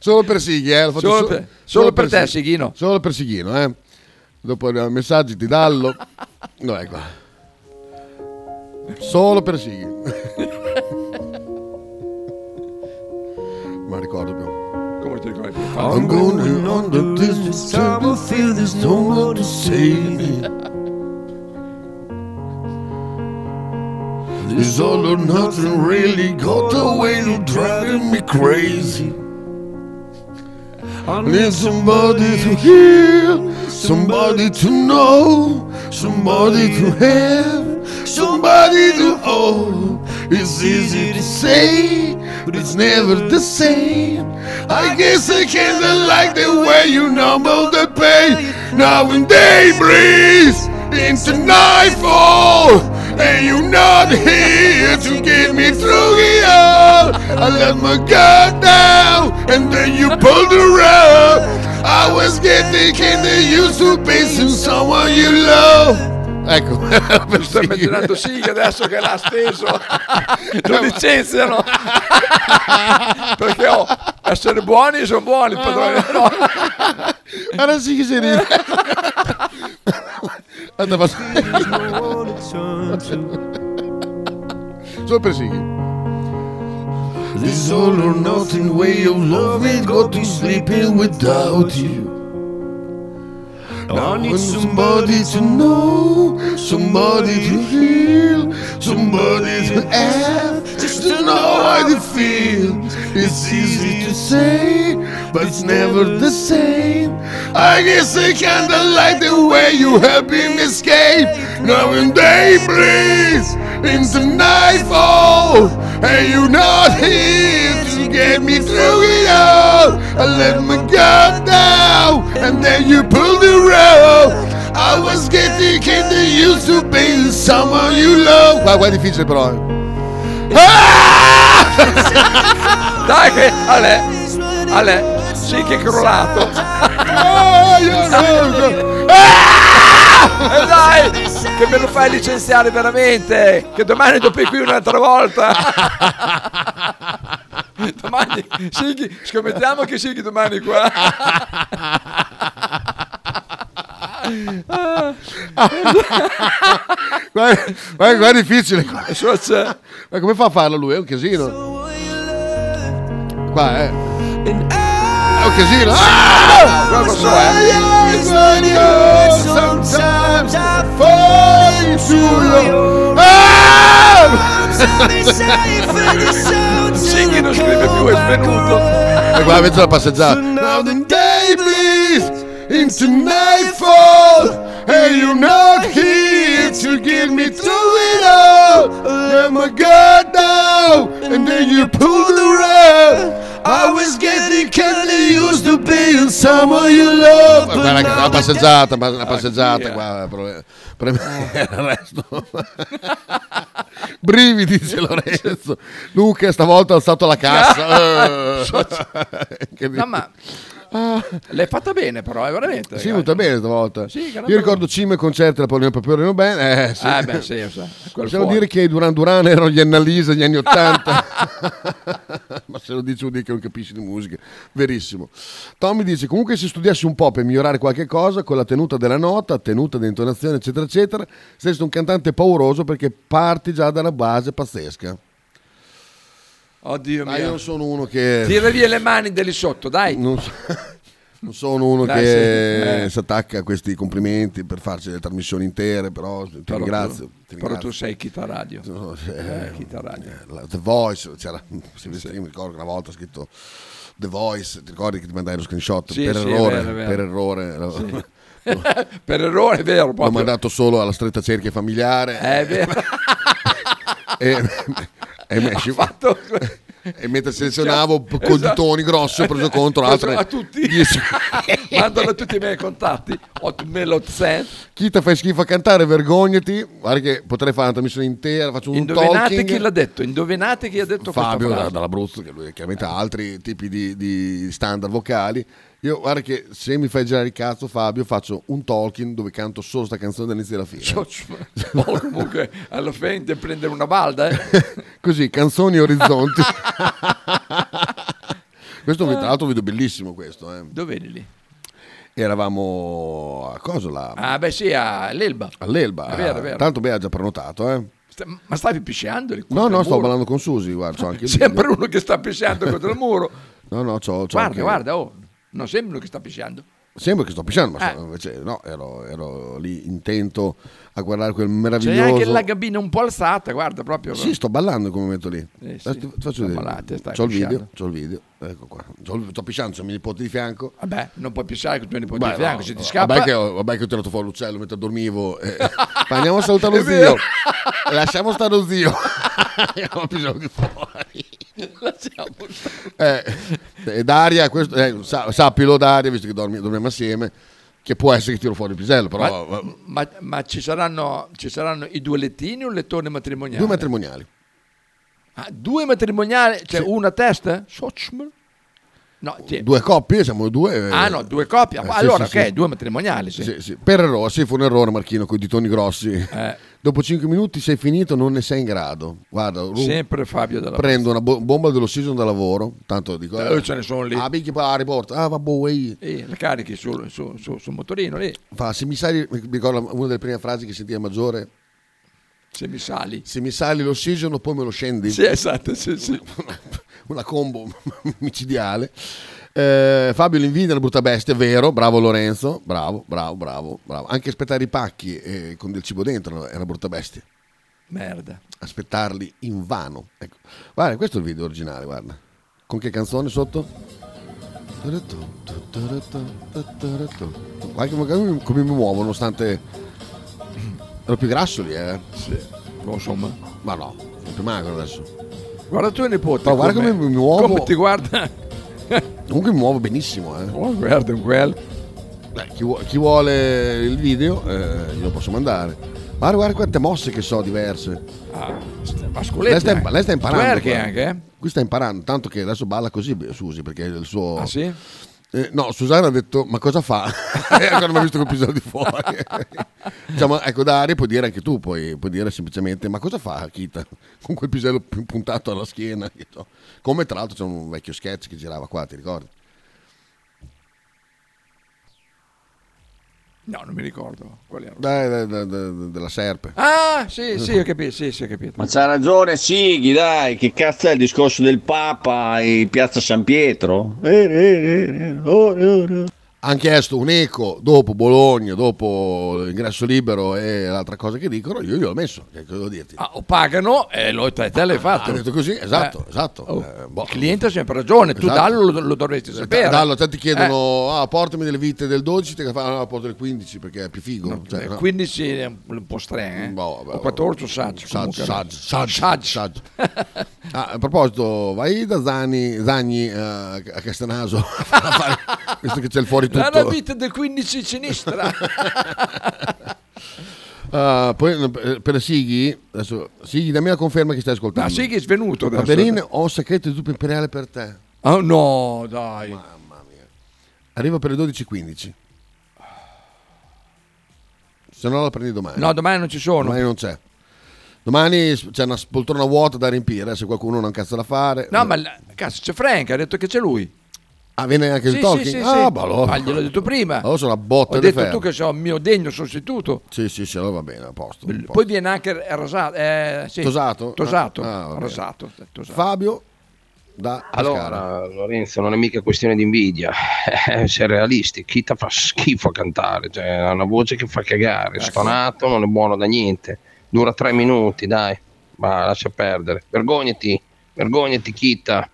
T: solo per Sighi, eh. l'ho fatto
G: Solo
T: so-
G: per- solo per te,
T: Sighi.
G: Sighino.
T: Solo per Sighino, eh. Dopo arrivano i messaggi, ti dallo. No, ecco. Solo per Sighi. Ma ricordo più.
G: Come ti ricordi?
T: I'm going on this time I feel there's no one to save me. This all or nothing really got away to driving me crazy. I need somebody to hear, somebody to know, somebody to have, somebody to hold. It's Oh, easy to say, but it's never the same. I guess I kinda like the way you number the pain. Now in daybreak, into nightfall, and you're not here to get me through it all. I let my guard down, and then you pulled the rug. I was getting kinda used to facing someone you love. Ecco, per
G: Sto immaginando sì che adesso che l'ha steso lo licenziano perché oh, essere buoni sono buoni padrone no.
T: Era sì che si ride. Andava Solo per Sighi. This all or nothing way of loving got me sleeping without you. I need somebody to know, somebody to heal, somebody to have, eh, just to know how to feel. It's easy to say, but it's never the same. I guess I kinda like the way you help me escape. Now in daybreak, into nightfall, and you're not here to get me through it all.
D: road. I let my guard down, and then you pulled the road. I was getting kind of used to being someone you love. Guarda, guarda, è difficile però.
T: Ah!
G: Dai che Ale, Ale, sì che è crollato. Ah! E dai, che me lo fai licenziare veramente, che domani dopo qui un'altra volta. Domani, Sighi, scommettiamo che Sighi domani è qua.
D: Guarda, guarda, guarda, è difficile qua. Ma come fa a farlo lui? È un casino. Qua eh. È un casino. Ah! Guarda qua so, eh.
E: Sometimes I fall into your arms.
G: Sì che non scrive più, è svenuto.
D: E qua mezzo la passeggiata.
E: Now the day bleeds into nightfall, and you're not here to get me through it all. Let my guard down, and then you pulled the rug. I was getting kinda used to being someone you love. but
D: Guarda, che-
E: now
D: una
E: the
D: passeggiata, ma- una passeggiata
E: Ah,
D: qua. Pre- pre- il resto. Brividi, dice Lorenzo. Luca stavolta ha alzato la cassa. Eh. Che
G: No, ma Ah. l'hai fatta bene però, è veramente.
D: Sì, è venuta bene stavolta.
G: Sì, grande
D: Io ricordo Cime e concerti la Paolino Papione Ben. Eh, sì.
G: Ah, beh, sì, sì. Quel
D: Possiamo
G: fuori.
D: dire che i Duran Duran erano gli Annalisa degli anni Ottanta. Ma se lo dici vuol dire che non capisci di musica. Verissimo. Tommy dice, comunque se studiassi un po' per migliorare qualche cosa, con la tenuta della nota, tenuta di intonazione, eccetera, eccetera, saresti un cantante pauroso perché parti già da una base pazzesca.
G: Oddio mio.
D: Ma io non sono uno che...
G: Tira via le mani da lì sotto, dai.
D: Non, so- non sono uno
G: Dai,
D: che
G: sì, eh.
D: si attacca a questi complimenti per farci le trasmissioni intere, però ti
G: Eh, Però tu-
D: ringrazio. ti
G: però
D: ringrazio.
G: tu sei Kita Radio.
D: eh,
G: Eh, Kita Radio.
D: la- The Voice, c'era, se vi- io mi ricordo che una volta ho scritto The Voice, ti ricordi che ti mandai lo screenshot
G: Sì,
D: per,
G: sì, è
D: errore,
G: vero, è vero.
D: per errore?
G: Sì. Per errore, è vero,
D: L'ho
G: proprio. Eh,
D: mandato solo alla stretta cerchia familiare.
G: È vero.
D: e, e me- e mentre selezionavo
G: Esatto.
D: con i toni grossi ho preso contro
G: Preso
D: altre
G: a tutti.
D: 10.
G: Mandalo a tutti i miei contatti. Hotmail, Hotsen.
D: Chi ti fai schifo a cantare, vergognati. Guarda che potrei fare una trasmissione intera, faccio un
G: Indovinate
D: talking.
G: chi l'ha detto, indovinate chi ha detto
D: Fabio
G: questa
D: da-
G: frase.
D: dall'Abruzzo, che lui chiaramente ha altri tipi di, di standard vocali. Io guarda che se mi fai girare il cazzo Fabio faccio un talking dove canto solo sta canzone dall'inizio alla fine.
G: O comunque alla fine di prendere una balda. eh.
D: Così, canzoni e orizzonti. questo è un- tra l'altro un video bellissimo questo. Eh.
G: Dove eri lì?
D: Eravamo a cosa là?
G: Ah, beh, sì, a- all'Elba.
D: All'Elba.
G: È vero, è vero.
D: Tanto Bea ha già prenotato, eh.
G: Sta- Ma stavi pisciando? il
D: No,
G: contro il
D: no, sto
G: muro?
D: parlando con Susi, guarda, c'ho anche il
G: Sempre
D: video.
G: uno che sta pisciando contro il muro.
D: No, no, c'ho, c'ho
G: Guarda,
D: anche-
G: guarda, oh. Non sembra uno che sta pisciando.
D: Sembra che sto pisciando, ma
G: Eh.
D: sto- invece no, ero, ero lì intento a guardare quel meraviglioso...
G: C'è anche la gabina un po' alzata, guarda, proprio.
D: Sì, sto ballando in quel momento lì.
G: Eh, sì.
D: Adesso ti faccio
G: Sta
D: vedere.
G: malate, stai
D: c'ho il
G: pisciando.
D: video, c'ho il video. Ecco qua. C'ho il- sto pisciando, sono i miei nipoti di fianco.
G: Vabbè, non puoi pisciare con i tuoi nipoti
D: Beh,
G: di fianco,
D: no,
G: se ti
D: no,
G: scappa.
D: Vabbè che, ho, vabbè che ho tirato fuori l'uccello mentre dormivo. eh. Ma andiamo a salutare
G: È
D: lo
G: vero.
D: zio. Lasciamo stare lo zio. Abbiamo bisogno fuori. Eh, e Daria, questo, eh, sa- sappilo Daria, visto che dormi- dormiamo assieme, che può essere che tiro fuori il pisello, però...
G: ma,
D: eh,
G: ma- ma ci, saranno, ci saranno i due lettini o un lettone matrimoniale?
D: Due matrimoniali.
G: Ah, due matrimoniali, cioè una a testa? Socm? No, ti-
D: Due coppie, siamo due. eh.
G: Ah no, due coppie.
D: Eh, sì,
G: allora,
D: sì,
G: ok,
D: sì.
G: due matrimoniali. Sì.
D: Sì, sì. Per errore, sì, fu un errore Marchino con i ditoni grossi.
G: Eh.
D: Dopo 5 minuti sei finito, non ne sei in grado. Guarda, Ru-
G: Sempre Fabio della
D: prendo una bo- bomba dello season da lavoro, tanto dico...
G: Eh, ce ne sono lì.
D: Ah, big pari, porta. Ah, vabbè.
G: Eh, le carichi sul, su- su- sul motorino lì.
D: Fa, se mi sali, mi ricordo una delle prime frasi che sentiva maggiore.
G: Se mi sali.
D: Se mi sali l'ossigeno, poi me lo scendi.
G: Sì, esatto, sì, sì.
D: Una combo micidiale. Eh, Fabio l'invidia è una brutta bestia, è vero, bravo Lorenzo, bravo, bravo, bravo, bravo. Anche aspettare i pacchi eh, con del cibo dentro è una brutta bestia.
G: Merda.
D: Aspettarli in vano. Ecco. Guarda, questo è il video originale, guarda. Con che canzone sotto? Guarda che magari come mi muovo, nonostante ero più grasso lì, eh.
G: Sì. Insomma.
D: Ma no, sono più magro adesso.
G: Guarda tuo nipote.
D: Però guarda come mi muovo.
G: Come ti guarda.
D: Comunque mi muovo benissimo, eh.
G: Oh,
A: guarda,
D: Beh, chi, vuo- chi vuole il video eh, glielo posso mandare. Ma guarda quante mosse che so diverse.
G: Ah, Vascoletti
D: Lei sta, impa-
G: anche.
D: lei sta imparando.
G: Twerking
D: qua.
G: eh. anche, eh?
D: Qui sta imparando, tanto che adesso balla così beh, Susi, perché il suo...
G: Ah, sì?
D: Eh, no, Susanna ha detto, ma cosa fa? E ancora non ha visto quel episodio fuori. diciamo, ecco, Dario, puoi dire anche tu, puoi, puoi dire semplicemente, ma cosa fa Kita? Con quel pisello più puntato alla schiena. che so. Come tra l'altro c'è un vecchio sketch che girava qua, ti ricordi?
G: No, non mi ricordo. Qual era?
D: Dai, dai, dai, dai, della serpe.
G: Ah, sì, sì, ho capito, sì, sì, ho capito.
N: Ma c'ha ragione Sighi, dai, che cazzo è il discorso del Papa in Piazza San Pietro?
D: Hanno chiesto un eco dopo Bologna, dopo l'ingresso libero e l'altra cosa che dicono, io gliel'ho messo, che cosa devo dirti?
G: Ah, o pagano e lo te, te l'hai fatto.
D: Ah, ha detto così, esatto,
G: Eh,
D: esatto. Eh, boh.
G: Il cliente ha sempre ragione, tu
D: Esatto.
G: dallo lo, lo dovresti
D: Se
G: sapere. Eh.
D: te- Dallo, te ti chiedono, ah, portami delle vite del 12, te che fa, ah, no, porto del 15 perché è più figo. cioè,
G: Eh,
D: no. Boh,
G: 15 è un un po' strano, eh. o 14 o saggio.
D: Saggio,
G: comunque.
D: saggio, saggio, saggio. Ah, a proposito, vai da Zani, Zagni eh, a Castanaso, a fare- visto che c'è il fuori
G: La
D: tutto.
G: vita del 15 sinistra.
D: Ah, poi eh, per Sighi, adesso, Sighi, dammi la conferma che stai ascoltando.
G: Ma Sighi è svenuto adesso.
D: Paperin, ho un sacchetto di zuppa imperiale per te.
G: Oh no, dai.
D: Arriva per le 12.15. Se no la prendi domani.
G: No, domani non ci sono.
D: Domani non c'è. Domani s- c'è una poltrona vuota da riempire, eh, se qualcuno non ha un cazzo da fare.
G: No, ma la- cazzo, c'è Frank, ha detto che c'è lui.
D: Ah, viene anche il
G: Sì,
D: talking?
G: sì, sì,
D: ah,
G: sì.
D: ma allora.
G: Ah, gliel'ho detto prima.
D: Allora sono a botte
G: Ho
D: di
G: detto
D: ferro.
G: tu che sei un mio degno sostituto.
D: Sì, sì, sì, allora va bene, a posto. a posto.
G: Poi viene anche Rasato. Eh, sì.
D: Tosato?
G: Tosato.
D: Ah, vabbè.
G: Rosato, Tosato.
D: Fabio da Pescara.
P: Allora, Lorenzo, non è mica questione di invidia, eh, se realisti, Kita fa schifo a cantare, cioè, ha una voce che fa cagare,
G: Ecco.
P: stonato, non è buono da niente, dura tre minuti, dai, ma lascia perdere, vergognati, vergognati Kita.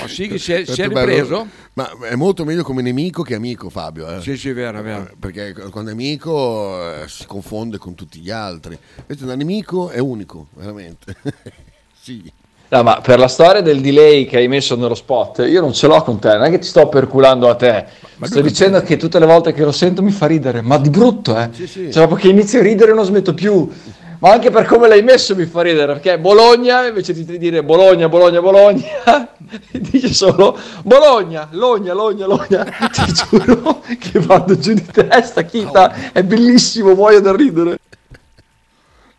G: Oh, Sighi si è, si è
D: Tanto bello.
G: ripreso.
D: Eh, Ma è molto meglio come nemico che amico, Fabio. Eh?
G: Sì, sì, vero, vero.
D: Perché quando è amico eh, si confonde con tutti gli altri. Invece da nemico è unico, veramente. sì.
F: No, ma per la storia del delay che hai messo nello spot, io non ce l'ho con te, non è che ti sto perculando a te. sto dicendo che tutte le volte che lo sento mi fa ridere, ma di brutto, eh.
D: Sì, sì.
F: Cioè, proprio che inizio a ridere e non smetto più. Ma anche per come l'hai messo mi fa ridere, perché Bologna, invece di dire Bologna, Bologna, Bologna, dice solo Bologna, Logna, Logna, Logna. Ti giuro che vado giù di testa, Chita, è bellissimo, muoio da ridere.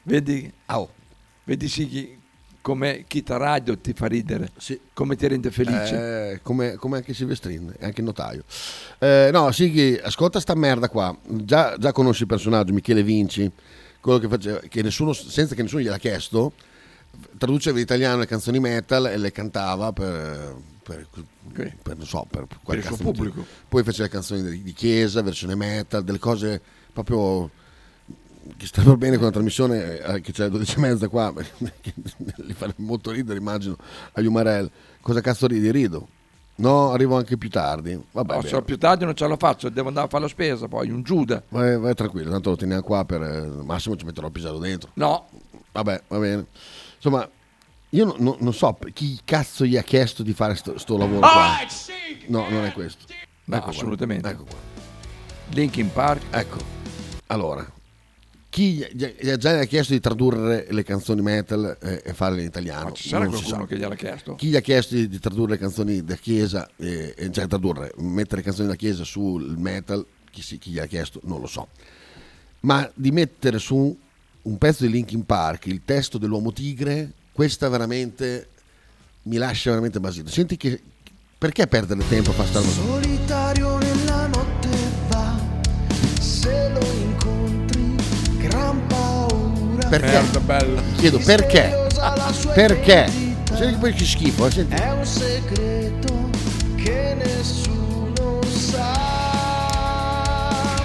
G: Vedi, vedi Sighi come Chita Radio ti fa ridere, come ti rende felice.
D: Eh, come, come anche Silvestrin, e anche il notaio. Eh, no, Sighi, ascolta sta merda qua. Già, già conosci il personaggio, Michele Vinci, quello che faceva, che nessuno, senza che nessuno gliel'ha chiesto, traduceva in italiano le canzoni metal e le cantava per... per- per- non so, per, quale
G: il suo
D: cazzo motivo.
G: pubblico.
D: Poi faceva canzoni di- di chiesa, versione metal, delle cose proprio che stanno bene con la trasmissione eh, che c'è alle 12 e mezza qua, perché li farebbe molto ridere, immagino, agli Umarell. Cosa cazzo ridi? Rido. No, arrivo anche più tardi. Vabbè,
G: Oh,
D: bene.
G: se più tardi non ce la faccio, devo andare a fare la spesa poi, un Giuda.
D: vai, vai tranquillo, tanto lo teniamo qua per eh, massimo ci metterò il pisello dentro.
G: No,
D: Vabbè, va bene. Insomma, io no- no- non so chi cazzo gli ha chiesto di fare sto, sto lavoro qua. No, non è questo.
G: No,
D: qua.
G: assolutamente.
D: Ecco qua.
G: Linkin Park.
D: Ecco. Allora, chi gli- gli gli ha già chiesto di tradurre le canzoni metal eh, e farle in italiano?
G: ci sarà
D: Non si
G: qualcuno
D: sa.
G: che gliel'ha chiesto?
D: Chi gli ha chiesto di, di tradurre le canzoni da chiesa, eh, eh, cioè tradurre, mettere le canzoni della chiesa sul metal, chi, si- chi gli ha chiesto non lo so. Ma di mettere su un pezzo di Linkin Park il testo dell'uomo tigre, questa veramente mi lascia veramente basito. Senti che perché perdere tempo a fare sta roba?
E: Solitario nella notte va, se lo incontri, gran paura.
D: Perché? Chiedo perché? Perché? Senti che poi che schifo, eh, senti.
E: È un segreto che nessuno sa.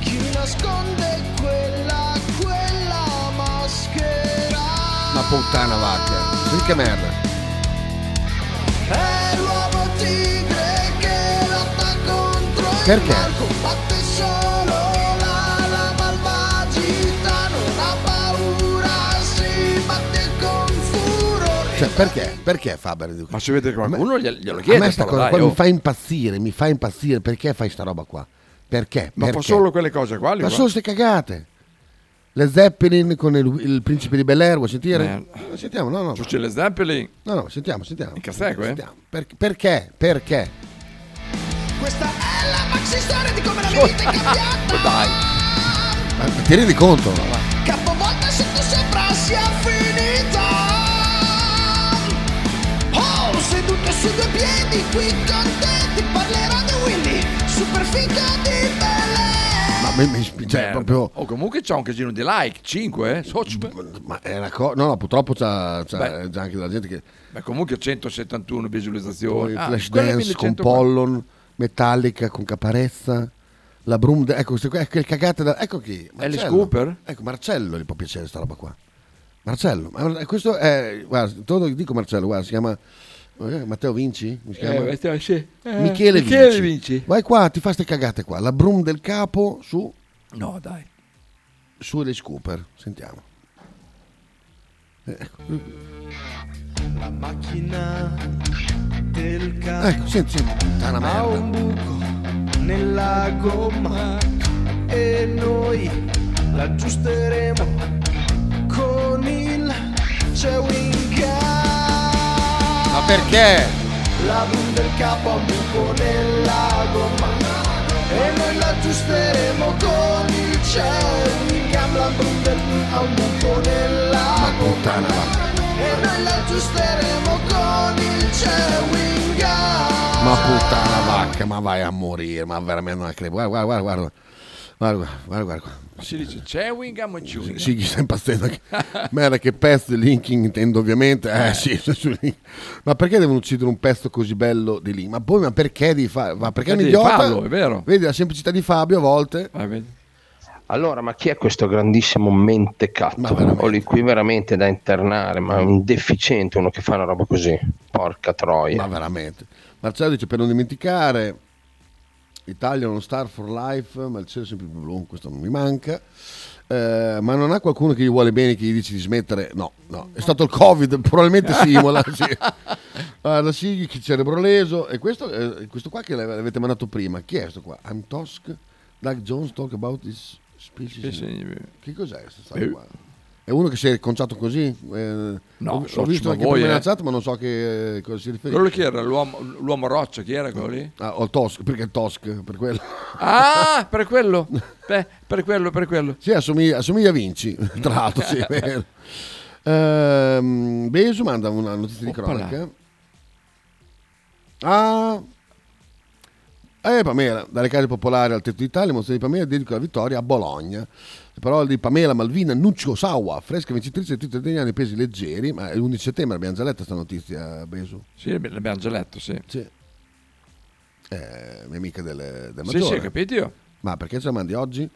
E: Chi nasconde quella, quella maschera
D: Una puttana vacca. Senti che merda.
E: è l'uomo tigre che lotta contro il
D: Perché?
E: mal, combatte solo la, la malvagità, non ha paura, si batte con furore
D: Cioè, perché? Perché Faber? Ma
G: se vede che qualcuno gliel- glielo
D: A
G: chiede,
D: me sta
G: però,
D: cosa
G: dai,
D: qua
G: oh.
D: mi fa impazzire, mi fa impazzire. Perché fai sta roba qua? Perché?
G: Ma fa
D: Perché?
G: solo quelle cose qua. lui
D: Ma
G: qua.
D: sono ste cagate. Le Zeppelin con il, il principe di Bel Air, vuoi sentire?
G: Eh.
D: Sentiamo, no, no.
G: Su c'è le Zeppelin.
D: No, no, sentiamo, sentiamo.
G: In Casteco, eh?
D: Sentiamo. Per- perché? Perché?
E: Questa è la maxi storia di come la mia vita è
G: Cioè,
E: cambiata.
D: Ma ti rendi conto?
E: Capovolta sotto sopra sia finita. Oh, seduto su due piedi, qui con te ti parlerò di Willy, super figa di Belen.
D: Ma mi, mi- cioè,
G: Merda.
D: proprio.
G: Oh, comunque c'ha un casino di like, 5, eh? So-
D: Ma è una cosa. No, no, purtroppo c'ha, c'ha-
G: Beh.
D: c'ha Cioè, anche della gente che.
G: Beh, comunque 171 visualizzazioni.
D: Poi
G: Ah,
D: Flash
G: quella è
D: Dance con
G: 1140.
D: Pollon, Metallica con Caparezza, la Brum. Ecco, queste qua- ecco le cagate da. Ecco chi.
G: Alice
D: Marcello.
G: Cooper?
D: Ecco, Marcello gli può piacere sta roba qua. Marcello, ma questo è. Guarda, te lo dico Marcello, guarda, si chiama. eh, Matteo Vinci? Come si
G: Eh,
D: chiama?
G: Matteo, sì. Eh,
D: Michele,
G: Michele
D: Vinci. Vai qua, ti fa ste cagate qua. La Brum del capo su.
G: No, dai.
D: Su Alice Cooper, sentiamo. Eh, Ecco,
E: La macchina del carro
D: ecco senti, senti. Puttana
E: ha
G: oh
D: merda.
E: un buco nella gomma e noi l'aggiusteremo con il chewing gum.
D: Ma perché?
E: La blu del capo ha un buco nella gomma e noi l'aggiusteremo con il chewing gum. La blu del ha un buco nella gomma
D: Puttana, va.
E: e noi l'aggiusteremo con il chewing gum.
D: Ma puttana vacca, ma vai a morire, ma veramente una crepa. Guarda, guarda, guarda, guarda, guarda, guarda, guarda. qua.
G: Si dice c'è Wingham Ah, e Chewing.
D: Sì, chi sta impazzendo? Che- Merda, che pezzo di Linkin intendo ovviamente. Eh, sì, su- su Linkin. Ma perché devono uccidere un pezzo così bello di Linkin? Ma poi, ma perché di fa- ma perché è un
G: Perché
D: idiota?
G: devi farlo, è vero.
D: Vedi la semplicità di Fabio a volte.
M: Allora, ma chi è questo grandissimo mentecatto? Ho lì qui veramente da internare, ma è un deficiente uno che fa una roba così. Porca troia.
D: Ma veramente. Marcello dice per non dimenticare Italia è uno star for life ma il cielo è sempre più blu questo non mi manca Eh, ma non ha qualcuno che gli vuole bene che gli dice di smettere no no è stato il covid probabilmente sì Imola, sì. Guarda sì chi cerebro leso e questo, eh, questo qua che l'ave- l'avete mandato prima chi è questo qua I'm Tosk Doug Jones talk about his species che cos'è questo stato
G: Eh.
D: qua è uno che si è riconciato così Eh,
G: No,
D: ho, ho
G: so, ci ma
D: visto anche
G: voi,
D: prima
G: eh.
D: nella chat ma non so che eh, cosa si riferisce
G: Quello che era l'uomo, l'uomo roccia, chi era quello lì?
D: Ah, ho il Tosk, perché il Tosk, per quello.
G: Ah, per quello. Beh, per quello, per quello.
D: Sì, assomiglia, assomiglia a Vinci, tra l'altro, sì, è vero. Ehm, Besu manda una notizia di
G: Oppala.
D: cronaca. Ah, eh, Pamela, dalle case popolari al tetto d'Italia, mostra di Pamela dedica la vittoria a Bologna. Le parole di Pamela Malvina Nuccio Sawa, fresca vincitrice del titolo italiano nei pesi leggeri, ma l'11 settembre abbiamo già letto questa notizia, Besu.
G: Sì, l'abbiamo già letto, sì.
D: Eh, mia amica del, del
G: Sì, sì,
D: Maggiore.
G: ho capito io.
D: Ma perché ce la mandi oggi?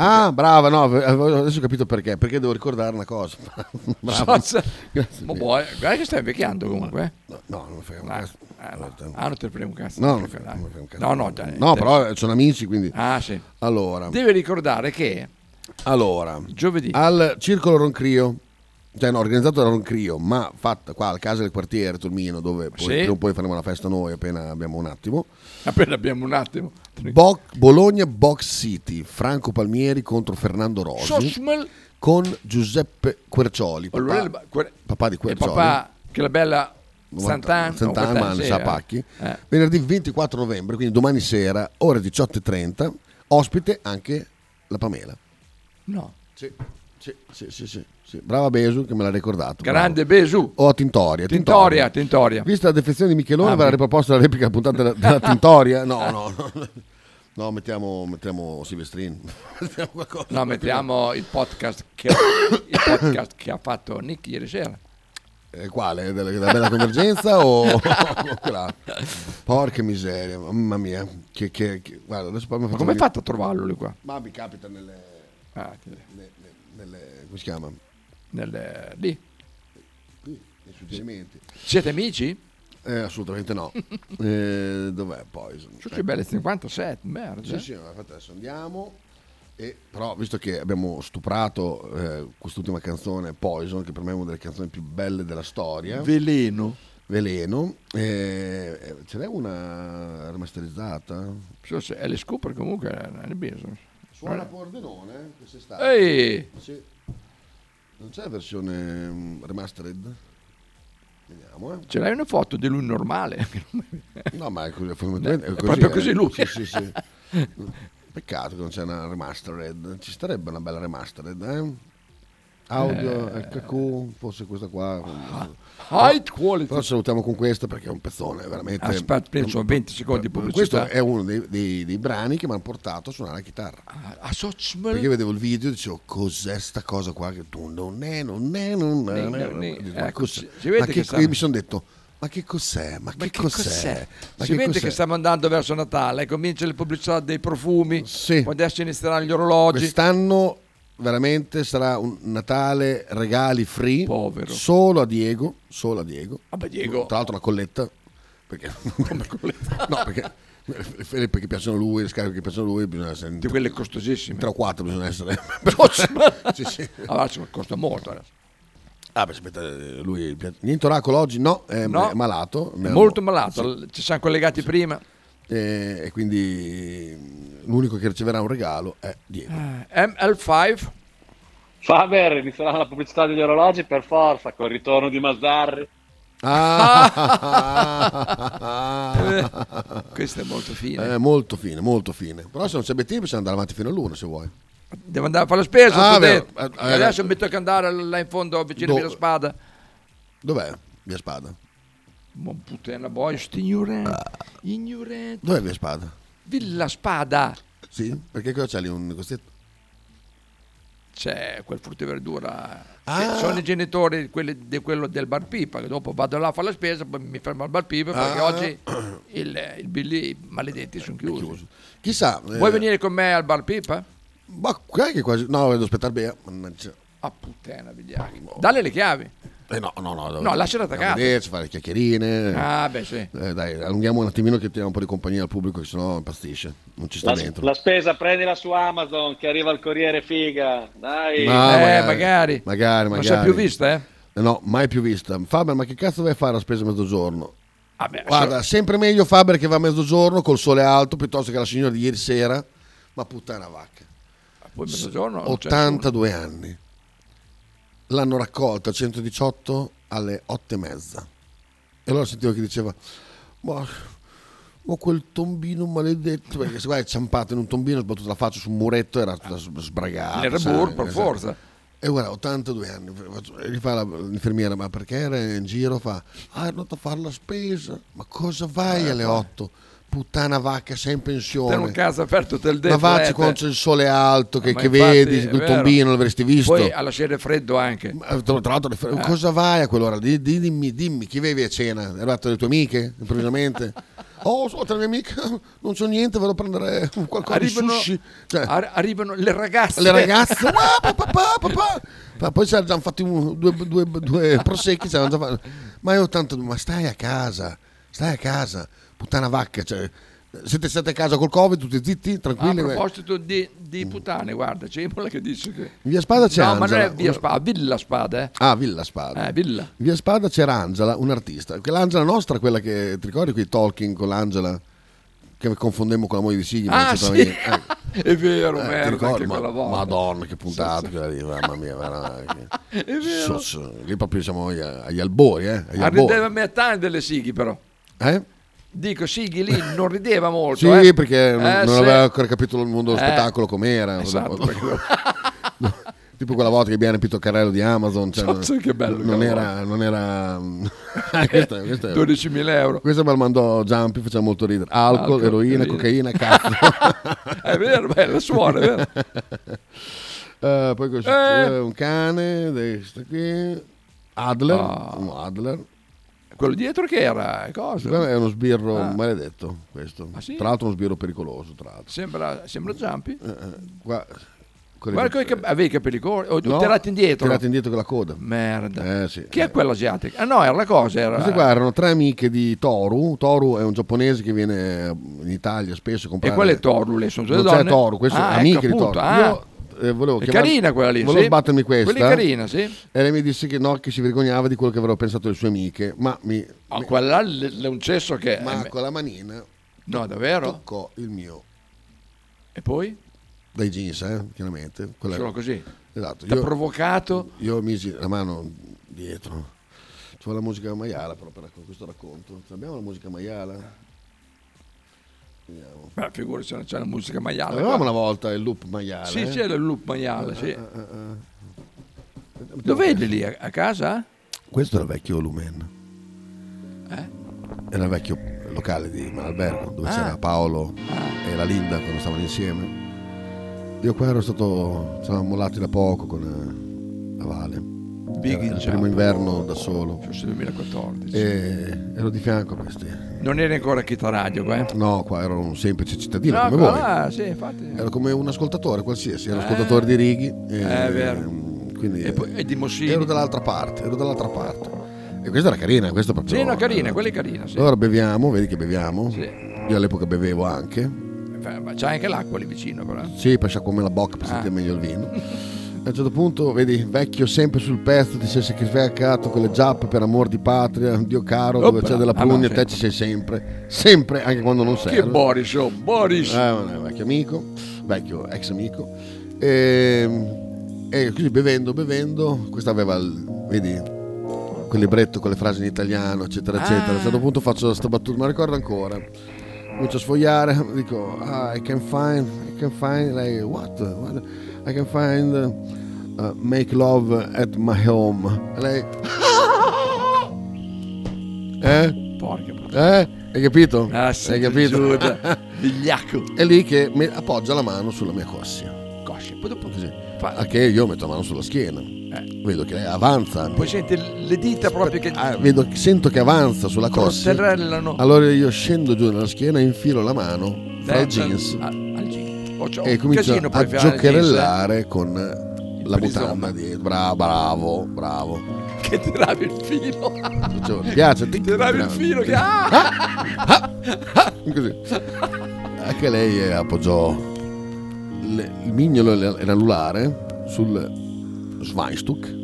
D: Ah, brava, no, avevo- adesso ho capito perché, perché devo ricordare una cosa. Brava.
G: So-
D: Grazie
G: Ma
D: mille.
G: buono, Boh, eh, guarda che stai invecchiando comunque. eh.
D: No, no, non mi frega un
G: Ah,
D: cazzo.
G: ah, no. Ah, non te ne frega un cazzo.
D: No,
G: non
D: non
G: te ne
D: frega-
G: frega-
D: non frega un cazzo.
G: No, no, dai,
D: No,
G: te-
D: però eh, sono amici, quindi...
G: Ah, sì.
D: Allora,
G: Devi ricordare che
D: allora,
G: giovedì
D: al Circolo Roncrio, cioè no, organizzato da Roncrio, ma fatta qua al Casa del Quartiere, Tolmino, dove poi,
G: Sì. Ah,
D: prima o poi faremo la festa noi appena abbiamo un attimo.
G: appena abbiamo un attimo.
D: Bo- Bologna Box City, Franco Palmieri contro Fernando Rosi.
G: Sosmel
D: con Giuseppe Quercioli,
G: Allora,
D: papà,
G: il ba- quer-
D: papà di
G: e
D: Quercioli.
G: papà che la bella
D: 90
G: Sant'Anna
D: Sant'Anna,
G: no,
D: Mansa,
G: questa- sì, eh.
D: Pacchi.
G: Eh.
D: Venerdì 24 novembre, quindi domani sera, ore 18.30, ospite anche la Pamela.
G: No.
D: Sì, sì, sì, sì, sì, sì. Brava Besu che me l'ha ricordato.
G: Grande
D: bravo.
G: Besu.
D: O a Tintoria.
G: Tintoria, Tintoria.
D: Vista la defezione di Michelone,
G: Ah,
D: verrà
G: beh.
D: riproposta la replica puntata della, della Tintoria? No, no, no. No, mettiamo, mettiamo Silvestrin.
G: No, mettiamo il podcast che, il podcast che ha fatto Nick ieri sera.
D: Eh, quale? Della, della bella convergenza o, o quella? Porca miseria, mamma mia. Che, che, che- Guarda, adesso poi mi
G: Ma
D: faccio
G: come
D: venire-
G: hai fatto a trovarlo lui qua? Ah,
D: Ma mi capita nelle... ne- ne- nelle- come si chiama?
G: Nel, lì.
D: Sì, Nei suggerimenti.
G: Siete amici?
D: Eh, assolutamente no. Eh, dov'è poi?
G: Su Cioè, che belle 57, merda. eh.
D: Sì, sì, ma infatti adesso andiamo. E però, visto che abbiamo stuprato eh, quest'ultima canzone, Poison, che per me è una delle canzoni più belle della storia,
G: Veleno.
D: Veleno, eh, eh, ce n'è una remasterizzata?
G: So se è le scopre comunque eh, è una business.
D: Suona Pordenone quest'estate.
G: Ehi!
D: Sì. Non c'è la versione mm, remastered? Vediamo, eh.
G: Ce l'hai una foto di lui normale?
D: No, ma è, così, fondamentalmente
G: È
D: così,
G: proprio
D: eh.
G: così lui.
D: Sì, sì, sì. Mm, Peccato che non c'è una remastered. Ci starebbe una bella remastered, eh? Audio
G: Eh.
D: HQ, forse questa qua.
G: High quality.
D: Però salutiamo con questa perché è un pezzone, veramente.
G: Aspetta, penso, 20 secondi di pubblicità.
D: Questo è uno dei, dei- dei brani che mi hanno portato a suonare la chitarra.
G: Ah, A Sochmel.
D: Perché vedevo il video e dicevo, cos'è sta cosa qua? Che tu non è, non è, non è. non è". Dico, Ma
G: Ecco,
D: cos'è?
G: si- si vede
D: Ma
G: che
D: che-
G: sta-
D: io mi sono detto, ma che cos'è? Ma che cos'è? Ma
G: si
D: che
G: vede
D: cos'è?
G: che stiamo andando verso Natale, comincia le pubblicità dei profumi,
D: Sì.
G: poi adesso inizieranno gli orologi.
D: Quest'anno veramente sarà un Natale regali free. Solo a Diego. Solo a Diego.
G: Vabbè, Diego.
D: Tra l'altro una colletta. Perché... no, perché le felpe che piacciono a lui, le scarpe che piacciono a lui, bisogna essere... Di
G: quelle costosissime.
D: Tre o quattro bisogna essere... sì, sì.
G: Allora, insomma, costa molto. adesso.
D: Ah, beh, aspetta, eh, lui... Niente oracolo oggi? No, è,
G: No.
D: è malato. Mi
G: È
D: hanno-
G: molto malato,
D: Sì.
G: ci siamo collegati prima.
D: Eh, E quindi mm, l'unico che riceverà un regalo è Diego.
Q: Eh.
G: ML5.
O: Faber, inizierà la pubblicità degli orologi per forza, col ritorno di Masdarri.
D: Ah.
G: Ah. Eh, questo è molto fine.
D: Eh, molto fine, molto fine. Però se non c'è Bettini possiamo andare avanti fino all'uno se vuoi.
G: Devo andare a fare la spesa.
D: Ah,
G: t'ho
D: vero.
G: detto.
D: Eh,
G: E adesso mi tocca andare là in fondo vicino a
D: Do-
G: Villa Spada.
D: Dov'è Via Spada?
G: Ma puttana boia, sti ignorante. Eh, Ignorante.
D: Dov'è Via Spada?
G: Villa Spada.
D: Sì? Perché cosa c'è lì? Un negozietto?
G: C'è quel frutta e verdura.
D: Ah.
G: che Sono i genitori di, quelli- di quello del bar Pipa. Che dopo vado là a fare la spesa, poi mi fermo al bar Pipa perché
D: Ah.
G: oggi il, il Billy, i maledetti, sono chiusi.
D: Chissà. eh,
G: Vuoi venire con me al bar Pipa?
D: Ma guarda che quasi... No, devo aspettare Bea. cioè, Mannaggia.
G: Ah, puttana, vigliacchi. Dalle le chiavi.
D: Eh no, no, no.
G: No, lasciala attaccata.
D: Vederci, fare chiacchierine.
G: Ah, beh, sì.
D: Eh, dai, allunghiamo un attimino che teniamo un po' di compagnia al pubblico che sennò impazzisce. Non ci sta
O: La,
D: dentro.
O: la spesa prendila su Amazon, che arriva il corriere figa. Dai.
D: Ah,
G: Eh, magari.
D: Magari, magari.
G: Non si è più vista, eh?
D: Eh No, mai più vista. Faber, ma che cazzo vai a fare a spesa a mezzogiorno?
G: Vabbè,
D: Guarda, sempre meglio Faber che va a mezzogiorno col sole alto piuttosto che la signora di ieri sera. Ma puttana vacca.
G: Poi mezzogiorno. cioè, non c'è
D: 82 anni. L'hanno raccolta a 118 alle 8 e mezza. E allora sentivo che diceva, ma, ma quel tombino maledetto, perché se guarda è ciampato in un tombino, ha sbattuto la faccia su un muretto, era tutta s- sbragata.
G: Era
D: sai,
G: burro, per
D: sai.
G: forza.
D: E guarda, 82 anni, faccio- e gli fa la- l'infermiera, ma perché era in giro? Fa, ah, ero andato a fare la spesa, ma cosa vai
G: Eh,
D: alle 8? Puttana vacca, sei in pensione.
G: Te un caso aperto tutto il eh,
D: Ma
G: tempo.
D: vacci quando c'è il sole alto, che,
G: Ma
D: che
G: infatti,
D: vedi,
G: è
D: quel
G: vero.
D: tombino l'avresti visto.
G: Poi alla sera è freddo anche.
D: Eh, Tra, tra l'altro, le fre-
G: Eh.
D: cosa vai a quell'ora? Di- di- dimmi, dimmi, chi avevi a cena? È arrivato le tue amiche improvvisamente? oh, sono tra le mie amiche, non c'ho niente, vado a prendere qualcosa
G: Arrivano-
D: di sushi. Cioè,
G: ar- arrivano le ragazze.
D: le ragazze, "Ah, papà, papà, papà". Ma poi ci hanno già fatti un- due, due, due prosecchi, ci hanno già fatto. ma io tanto, ma stai a casa, stai a casa, puttana vacca. Cioè, siete stati a casa col Covid, tutti zitti,
G: Ah, a
D: tranquilli.
G: proposito di, di puttane, guarda, c'è Imola che dice che...
D: Via Spada c'è
G: No, ma non è
D: Angela.
G: via Spada, Villa Spada, eh.
D: Ah, Villa Spada.
G: Eh, Villa.
D: Via Spada c'era Angela, un'artista. L'Angela nostra, quella che ti ricordi quei talking con l'Angela che confondemmo con la moglie di Sigli? ma
G: Ah,
D: non c'entrava
G: sì.
D: niente. Eh,
G: È vero,
D: eh, ti
G: merda,
D: ricordi?
G: anche
D: Ma-
G: quella volta.
D: Madonna, che puntata quella lì, mamma mia, veramente.
G: È
D: So-
G: vero.
D: so- lì proprio siamo agli, agli albori, eh? Agli
G: Rideva
D: albori.
G: a metà delle Sighi, però.
D: Eh?
G: Dico, Sighi lì non rideva molto,
D: Sì,
G: eh.
D: perché non,
G: Eh,
D: non
G: sì.
D: aveva ancora capito il mondo dello
G: Eh.
D: spettacolo com'era.
G: Esatto,
D: tipo quella volta che abbiamo riempito il carrello di Amazon. Cioè,
G: Cazzo, che bello
D: Non
G: che
D: era. Non era questa, questa è-
G: 12.000 euro.
D: Questa me la mandò Giampi, faceva molto ridere. Alcol,
G: Alcol,
D: eroina,
G: eroina. Eh,
D: cocaina, cazzo.
G: È vero, beh, la suora, è vero.
D: Eh, poi cosa- eh, un cane, questo qui. Adler,
G: Ah.
D: un Adler.
G: Quello dietro che era? eh, Cosa?
D: Quello È uno sbirro
G: Ah.
D: maledetto questo.
G: Ah, sì?
D: Tra l'altro uno sbirro pericoloso, tra l'altro.
G: Sembra, sembra Giampi.
D: Eh, eh, qua- Con le
G: Guarda
D: dita-
G: coi cap- avevi i capelli corti, o
D: No,
G: tirati indietro.
D: Tirati indietro con la coda. Merda. Eh, sì.
G: Chi è quello asiatico? Ah no, era la cosa, era...
D: Queste qua erano tre amiche di Toru. Toru è un giapponese che viene in Italia spesso a comprare.
G: E quelle Toru, le sono delle
D: Non c'è
G: donne?
D: Toru, queste
G: Ah, ecco,
D: amiche di
G: appunto,
D: Toru.
G: ah.
D: Io eh, volevo
G: È
D: chiamare-
G: carina quella lì,
D: Volevo
G: sì.
D: sbattermi questa.
G: Quella è carina, sì.
D: E lei mi disse che no, che si vergognava di quello che avrebbero pensato le sue amiche. Ma mi.
G: Ah, quella là le- le- un cesso che...
D: Ma
G: eh,
D: con la manina.
G: No, davvero?
D: Toccò il mio.
G: E poi?
D: Dai jeans, eh, chiaramente. Quella-
G: Solo così?
D: Esatto.
G: T'ha provocato?
D: Io misi la mano dietro. C'è la musica maiala però per racco- questo racconto. Ce Abbiamo la musica maiala? Vediamo.
G: Beh, figurati se non c'è la musica maiale.
D: Avevamo
G: qua.
D: una volta il loop maiale.
G: Sì,
D: eh?
G: c'è il loop maiale,
D: Eh,
G: sì.
D: eh, eh, eh.
G: Dov'è lì? A, a casa?
D: Questo era il vecchio Lumen. Era il vecchio locale di Malalbergo dove
G: Eh? Ah.
D: c'era Paolo e la Linda quando stavano insieme. Io qua ero stato. Ci eravamo mollati da poco con eh, la Vale.
G: Big
D: Era
G: in
D: il
G: Giappone.
D: primo inverno da solo.
G: Forse 2014.
D: E Eh, ero di fianco a questi.
G: Non era ancora Kita Radio qua, eh?
D: No, qua ero un semplice cittadino
G: No,
D: come
G: qua-
D: voi.
G: ah, sì, infatti.
D: Ero come un ascoltatore qualsiasi, ero
G: Eh.
D: ascoltatore di Righi. E,
G: Eh, è vero.
D: mm, Quindi,
G: E poi- e di Moschini.
D: Ero dall'altra parte, ero dall'altra parte. E questa era carina, questa proprio.
G: Sì, no, carina, quella è carina, sì.
D: Allora beviamo, vedi che beviamo.
G: Sì.
D: Io all'epoca bevevo anche.
G: Fa- ma C'è anche l'acqua lì vicino, però.
D: Sì, per sciacquarmi la bocca per
G: Ah.
D: sentire meglio il vino. A un certo punto, vedi, vecchio sempre sul pezzo, ti sei sacrificato con le giappe per amor di patria, Dio caro, dove
G: Oppa.
D: c'è della
G: Ah, no,
D: prugna,
G: sì.
D: te ci sei sempre, sempre, anche quando non sei.
G: Che Boris, oh, Boris!
D: Eh, un vecchio amico, vecchio ex amico. E, e così bevendo, bevendo, questa aveva, il, vedi, quel libretto con le frasi in italiano, eccetera,
G: Ah.
D: eccetera. A un certo punto faccio sta battuta, ma ricordo ancora. Comincio a sfogliare, dico, ah, I can find, I can find, lei, what? What? I can find, uh, make love at my home. E lei, eh?
G: Porca
D: Eh? Hai capito?
G: Ah, sì,
D: Hai capito?
G: Giuda, vigliacco.
D: È lì che mi appoggia la mano sulla mia coscia.
G: Coscia, poi dopo
D: Così.
G: fa- Eh.
D: A che io metto la mano sulla schiena. Vedo che lei avanza.
G: Poi senti le dita proprio che...
D: Ah, vedo, sento che avanza sulla coscia.
G: Prostrellano.
D: Allora io scendo giù nella schiena e infilo la mano fra i
G: Dentro-
D: jeans
G: a- al jeans. Oh, c'ho
D: e
G: un
D: comincio
G: casino
D: a
G: per fare il jeans, eh.
D: giocherellare con la
G: perizoma.
D: mutanda dietro. Bravo, bravo, bravo.
G: eh, Che tiravi il filo.
D: Cioè, mi piace. Ti
G: Tiravi il filo che... Ah!
D: Ah! Così. Anche lei eh, appoggiò le- il mignolo e l'anulare sul Schweinstuck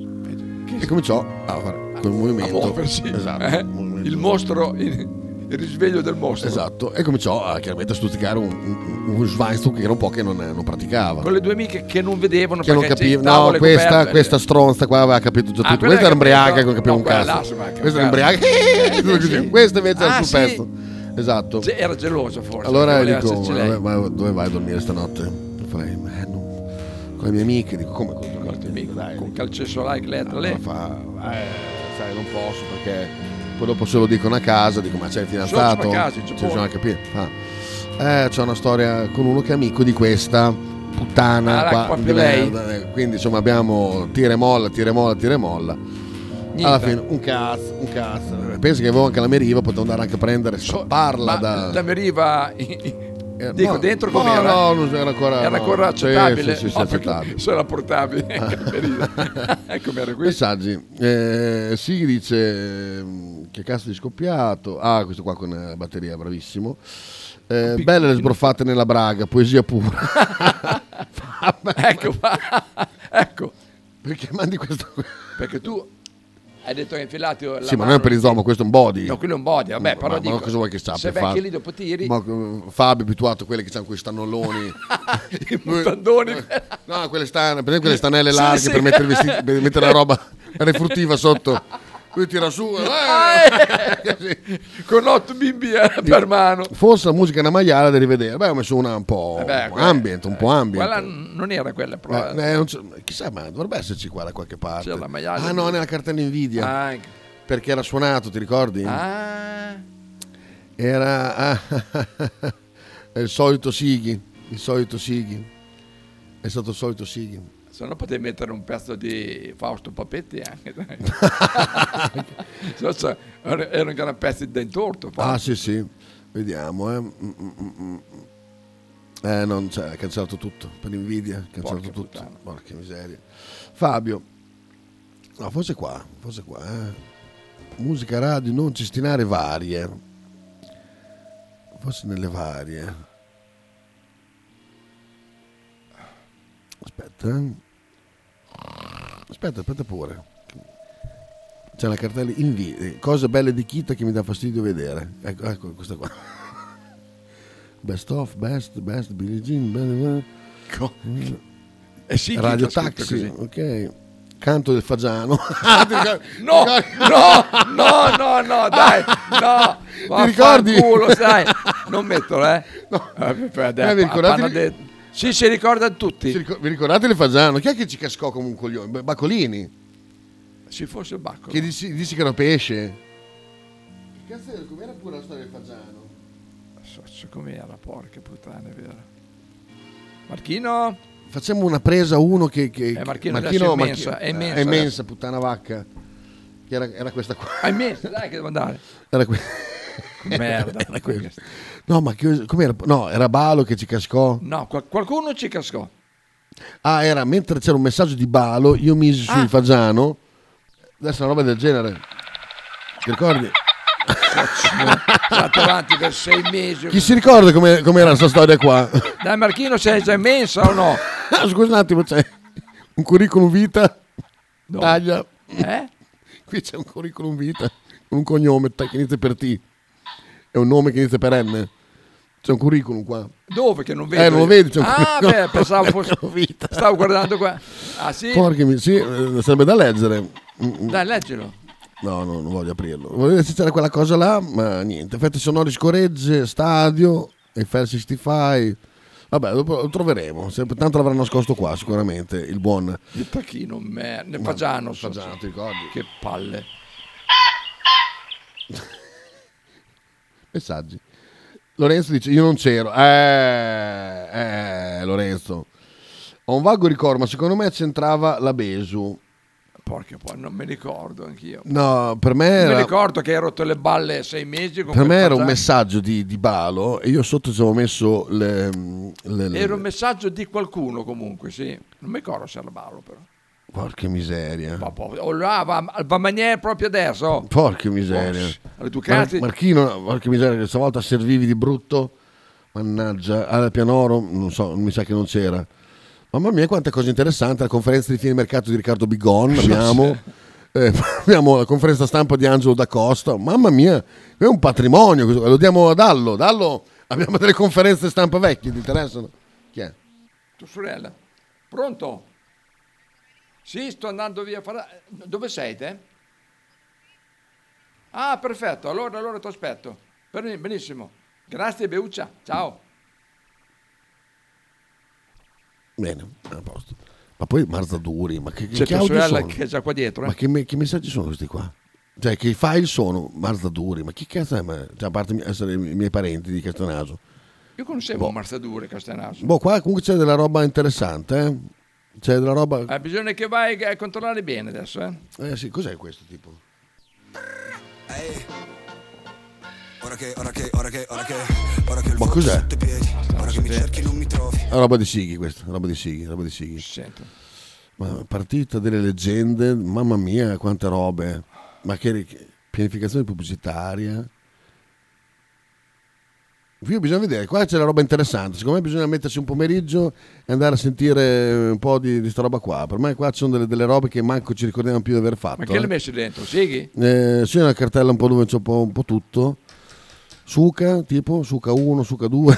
D: e cominciò a fare quel movimento.
G: muoversi.
D: Esatto.
G: Eh?
D: movimento.
G: Il mostro, il, il risveglio del mostro.
D: Esatto, e cominciò a, chiaramente a stuzzicare un, un, un Schweinstuck che era un po' che non, eh, non praticava.
G: Con le due amiche che non vedevano
D: Che non
G: perché c'è il
D: capiva,
G: tavolo
D: no,
G: e
D: questa,
G: coperte.
D: questa stronza qua aveva capito già
G: Ah,
D: tutto.
G: quella
D: Questa era
G: che ha
D: embriaca,
G: capito-
D: non capiva
G: no,
D: un
G: quella là,
D: cazzo.
G: insomma, che
D: Questa era
G: cazzo.
D: embriaca,
G: Eh, sì.
D: così. questa invece era
G: Ah,
D: sul
G: sì.
D: pezzo. Esatto.
G: Ge- Era geloso forse.
D: Allora
G: voleva
D: dico,
G: esserci lei.
D: "Vabbè, ma dove vai a dormire stanotte? E Fai, "Ma, eh, no, con le mie amiche, dico, come con le tue amiche? Dai,
G: Con calcessolai che lei tra lei.
D: fa, eh, sai, non posso perché... Poi dopo se lo dicono a casa, dico, ma c'è il
G: Sono
D: fidanzato?
G: a casa, in
D: Cioè,
G: Giappone.
D: bisogna capire. Ah. Eh, c'è una storia con uno che è amico di questa
G: Ah,
D: puttana
G: la-
D: qua,
G: proprio
D: di
G: lei.
D: merda. Eh, Quindi insomma abbiamo tira e molla, tira e molla, tira e molla.
G: Niente.
D: Alla fine un cazzo, un cazzo. Eh, Penso che avevo anche la meriva, potevo andare anche a prendere. parla
G: Ma
D: da... Eh,
G: la meriva dico
D: no,
G: dentro
D: no,
G: com'era
D: no, non era ancora-
G: era
D: no,
G: ancora
D: sì,
G: accettabile
D: sì, sì, sì,
G: Oh, perché
D: accettabile.
G: se la portavi eh, ecco era qui
D: Messaggi. Eh, si dice ehm, che cazzo di scoppiato. Ah, questo qua con eh, la batteria, bravissimo. Eh, belle le sbroffate nella braga, poesia pura.
G: ecco fa- ecco
D: perché mandi questo
G: perché tu hai detto che hai infilato la
D: sì, ma
G: mano-
D: non è un perizoma, questo è un body.
G: no quello è un body vabbè però
D: ma,
G: dico
D: ma cosa vuoi che sappia?
G: se
D: Fabio?
G: becchi lì dopo tiri
D: Ma, eh, Fabio è abituato a quelle che hanno quei stannoloni.
G: i mutandoni
D: no quelle stanne per esempio quelle stanelle
G: Sì,
D: larghe
G: sì.
D: per, mettere i vestiti- per mettere la roba refurtiva sotto. Lui tira su. eh,
G: Ah, eh. con otto bimbi eh, per mano
D: Forse la musica è una maiala da rivedere. Beh, ho messo una un po'
G: Vabbè, quella-
D: ambient, un po' ambient.
G: quella n- non era quella però
D: Eh, eh, non so- chissà, ma dovrebbe esserci qua da qualche parte.
G: C'era la maiale. ecco.
D: Ah, no, nella cartella Nvidia. Perché era suonato, ti ricordi?
G: Ah,
D: Era ah, è il solito Sighi. Il solito Sighi. È stato il solito Sighi.
G: se no potevi mettere un pezzo di Fausto Papetti anche dai. Se no, c'è- era era un gran pezzo di intorto
D: Ah, sì, sì. Vediamo, eh. Mm, mm, mm, mm. Eh, non c'è, ha cancellato tutto per invidia, ha cancellato tutto. Porca miseria. Fabio, no, forse qua, forse qua. eh. Musica radio, non cestinare varie. Forse nelle varie. Aspetta. eh. Aspetta, aspetta pure. C'è la cartella invidi, cose belle di Kita che mi dà fastidio vedere. Ecco, ecco questa qua. Best of, best, best, Billie Jean, bene, bene.
G: Eh sì, Kita
D: Radio
G: ha scritto
D: Taxi,
G: così. Ah,
D: ok. Canto del Fagiano.
G: No, no, no, no, no, dai, no.
D: Ti ricordi?
G: Culo, sai. Non metto, eh.
D: No.
G: Eh, per-
D: Eh, vi ricordate
G: panna
D: di-
G: de- Sì, si ricordano tutti.
D: Si ricor- vi ricordate il Fagiano? Chi è che ci cascò come un coglione? Beh, Bacolini,
G: Sì, forse il Bacco.
D: che dici, dici che era pesce.
G: cazzo, com'era pure la storia del Fagiano? So com'era, porca puttana, è vero. Marchino?
D: Facciamo una presa uno che... che eh,
G: Eh, Marchino adesso è immensa, è immensa
D: è immensa, puttana vacca. Che Era, era questa qua.
G: Hai messo, Ah, dai, che devo andare.
D: Era que-
G: Merda.
D: Era questa. No, ma che, com'era? No, era Balo che ci cascò.
G: No, qual- qualcuno ci cascò.
D: Ah, era mentre c'era un messaggio di Balo, io misi sul
G: Ah.
D: Fagiano. Adesso è una roba del genere. Ti ricordi?
G: Stato avanti per sei mesi.
D: Chi si ricorda come, com'era questa storia qua?
G: Dai, Marchino, sei già immensa o no?
D: Ah, Scusa un attimo, c'è un curriculum vita. Taglia.
G: Eh?
D: Qui c'è un curriculum vita con un cognome ta- che inizia per T. È un nome che inizia per N. C'è un curriculum qua.
G: Dove che non vedo?
D: Eh, non lo
G: io?
D: vedi, c'è un
G: Ah,
D: curriculum.
G: beh, pensavo fosse. Stavo guardando qua. Ah, sì?
D: Porca mi- sì, eh, sarebbe da leggere. Mm, mm.
G: Dai, leggilo.
D: No, no, non voglio aprirlo. Volevo vedere se c'era quella cosa là, ma niente. Effetti sonori scoregge, stadio, Eiffel 65. Vabbè, dopo lo troveremo. Se- Tanto l'avrà nascosto qua, sicuramente, il buon.
G: Il tacchino, merda. Fagiano, Fagiano,
D: ti ricordi?
G: Che palle.
D: Messaggi. Lorenzo dice: Io non c'ero. Eh, eh, Lorenzo. Ho un vago ricordo, ma secondo me c'entrava la Besu.
G: Porca poi non me ricordo anch'io.
D: No, per me
G: Mi
D: era-
G: ricordo che hai rotto le balle sei mesi. Con
D: Per
G: quel
D: me era un
G: Fagiano.
D: messaggio di, di Balo e io sotto ci avevo messo le, le- le-
G: Era un messaggio di qualcuno comunque, sì. Non mi ricordo se era Ballo però.
D: Porca miseria.
G: Oh, là, va, va maniera proprio adesso.
D: Porca miseria.
G: alle tue cazzi.
D: Marchino, porca miseria, che stavolta servivi di brutto. Mannaggia, al pianoro, non so, mi sa che non c'era. Mamma mia, quante cose interessanti. La conferenza di fine mercato di Riccardo Bigon, abbiamo. Eh, abbiamo la conferenza stampa di Angelo da Costa. Mamma mia, è un patrimonio. questo- Lo diamo a Dallo. Dallo, abbiamo delle conferenze stampa vecchie, ti interessano? Chi è?
G: Tua sorella. Pronto? Sì, sto andando via. a fare- Dove sei te? Ah, perfetto. Allora, allora ti aspetto. Ben- Benissimo. Grazie, Beuccia. Ciao.
D: Bene, a posto. Ma poi Marzaduri, ma che,
G: C'è
D: che
G: tua
D: audio
G: Certo, sorella
D: sono?
G: che è già qua dietro. eh.
D: Ma che, me- che messaggi sono questi qua? Cioè, che i file sono Marzaduri, ma chi cazzo è? Ma- Cioè, a parte mi- essere i miei parenti di Castonaso.
G: Io conoscevo Marzadure Castanaso.
D: Boh, qua comunque c'è della roba interessante, eh? C'è della roba...
G: Eh, bisogna che vai a controllare bene adesso. Eh?
D: Boh. Eh sì, cos'è questo tipo?
I: Ora che, ora che, ora che, ora che, ora che il
D: Ma
I: volo
D: cos'è?
I: sotto i piedi, ora che mi cerchi non mi trovi.
D: È roba di Sighi questa, roba di Sighi, roba di Sighi. Ma partita delle leggende, mamma mia, quante robe. Ma che, ri- che- pianificazione pubblicitaria. Io bisogna vedere, qua c'è la roba interessante, secondo me bisogna mettersi un pomeriggio e andare a sentire un po' di, di sta roba qua. Per me qua ci sono delle, delle robe che manco ci ricordiamo più di aver fatto.
G: Ma che
D: eh.
G: l'hai messo dentro? Sighi?
D: Eh, sì, una cartella un po' dove c'è un po', un po' tutto. Suca, tipo, suca 1, suca 2.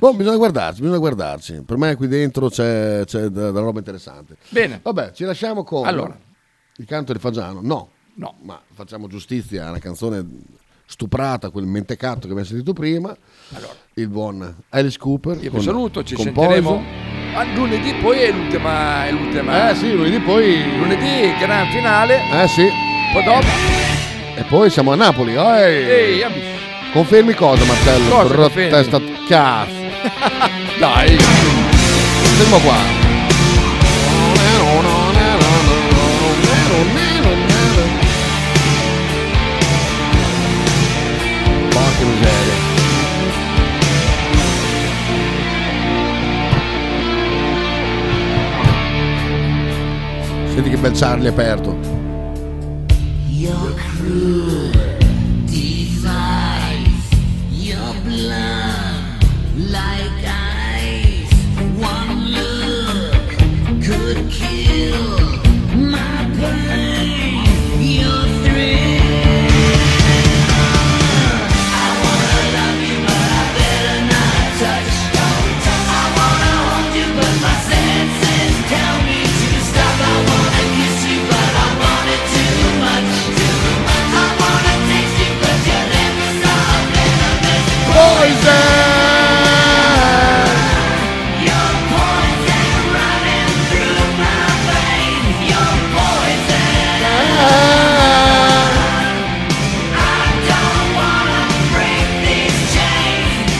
D: Boh, bisogna guardarci, bisogna guardarci. Per me qui dentro c'è, c'è da- della roba interessante.
G: Bene.
D: Vabbè, ci lasciamo con
G: Allora.
D: il canto del Fagiano. No, no, ma facciamo giustizia a una canzone stuprata, quel mentecatto che abbiamo sentito prima. Il buon Alice Cooper.
G: Io vi
D: con-
G: Ecco, saluto, ci
D: con
G: sentiremo
D: Poison.
G: a lunedì, poi è l'ultima, è l'ultima.
D: Eh sì, lunedì poi...
G: Lunedì, gran finale,
D: Eh sì.
G: poi dopo...
D: E poi siamo a Napoli. Ehi.
G: Ehi, amici.
D: Confermi cosa Marcello?
G: Cosa
D: Brutta
G: confermi?
D: testa cazzo.
G: Dai.
D: Fermo qua. Porca miseria.
B: al Charlie aperto.
E: Your cruel device, your blood like ice. One look could kill my pain. Your thrill. I wanna love you, but I better not touch. Don't touch. I wanna hold you, but my senses tell me to stop. I wanna kiss you, but I want it too much, too much. I wanna taste you, but your lips are venomous. Poison. Your poison running through my veins. Your poison. I don't wanna break these chains.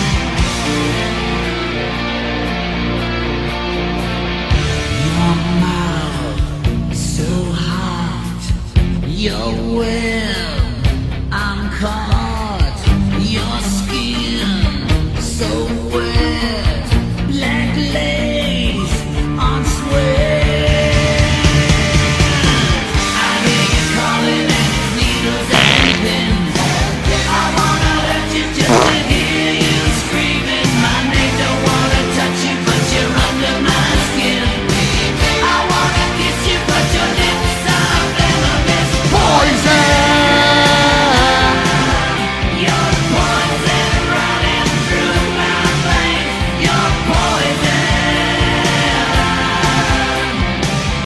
E: Your mouth so hot, your will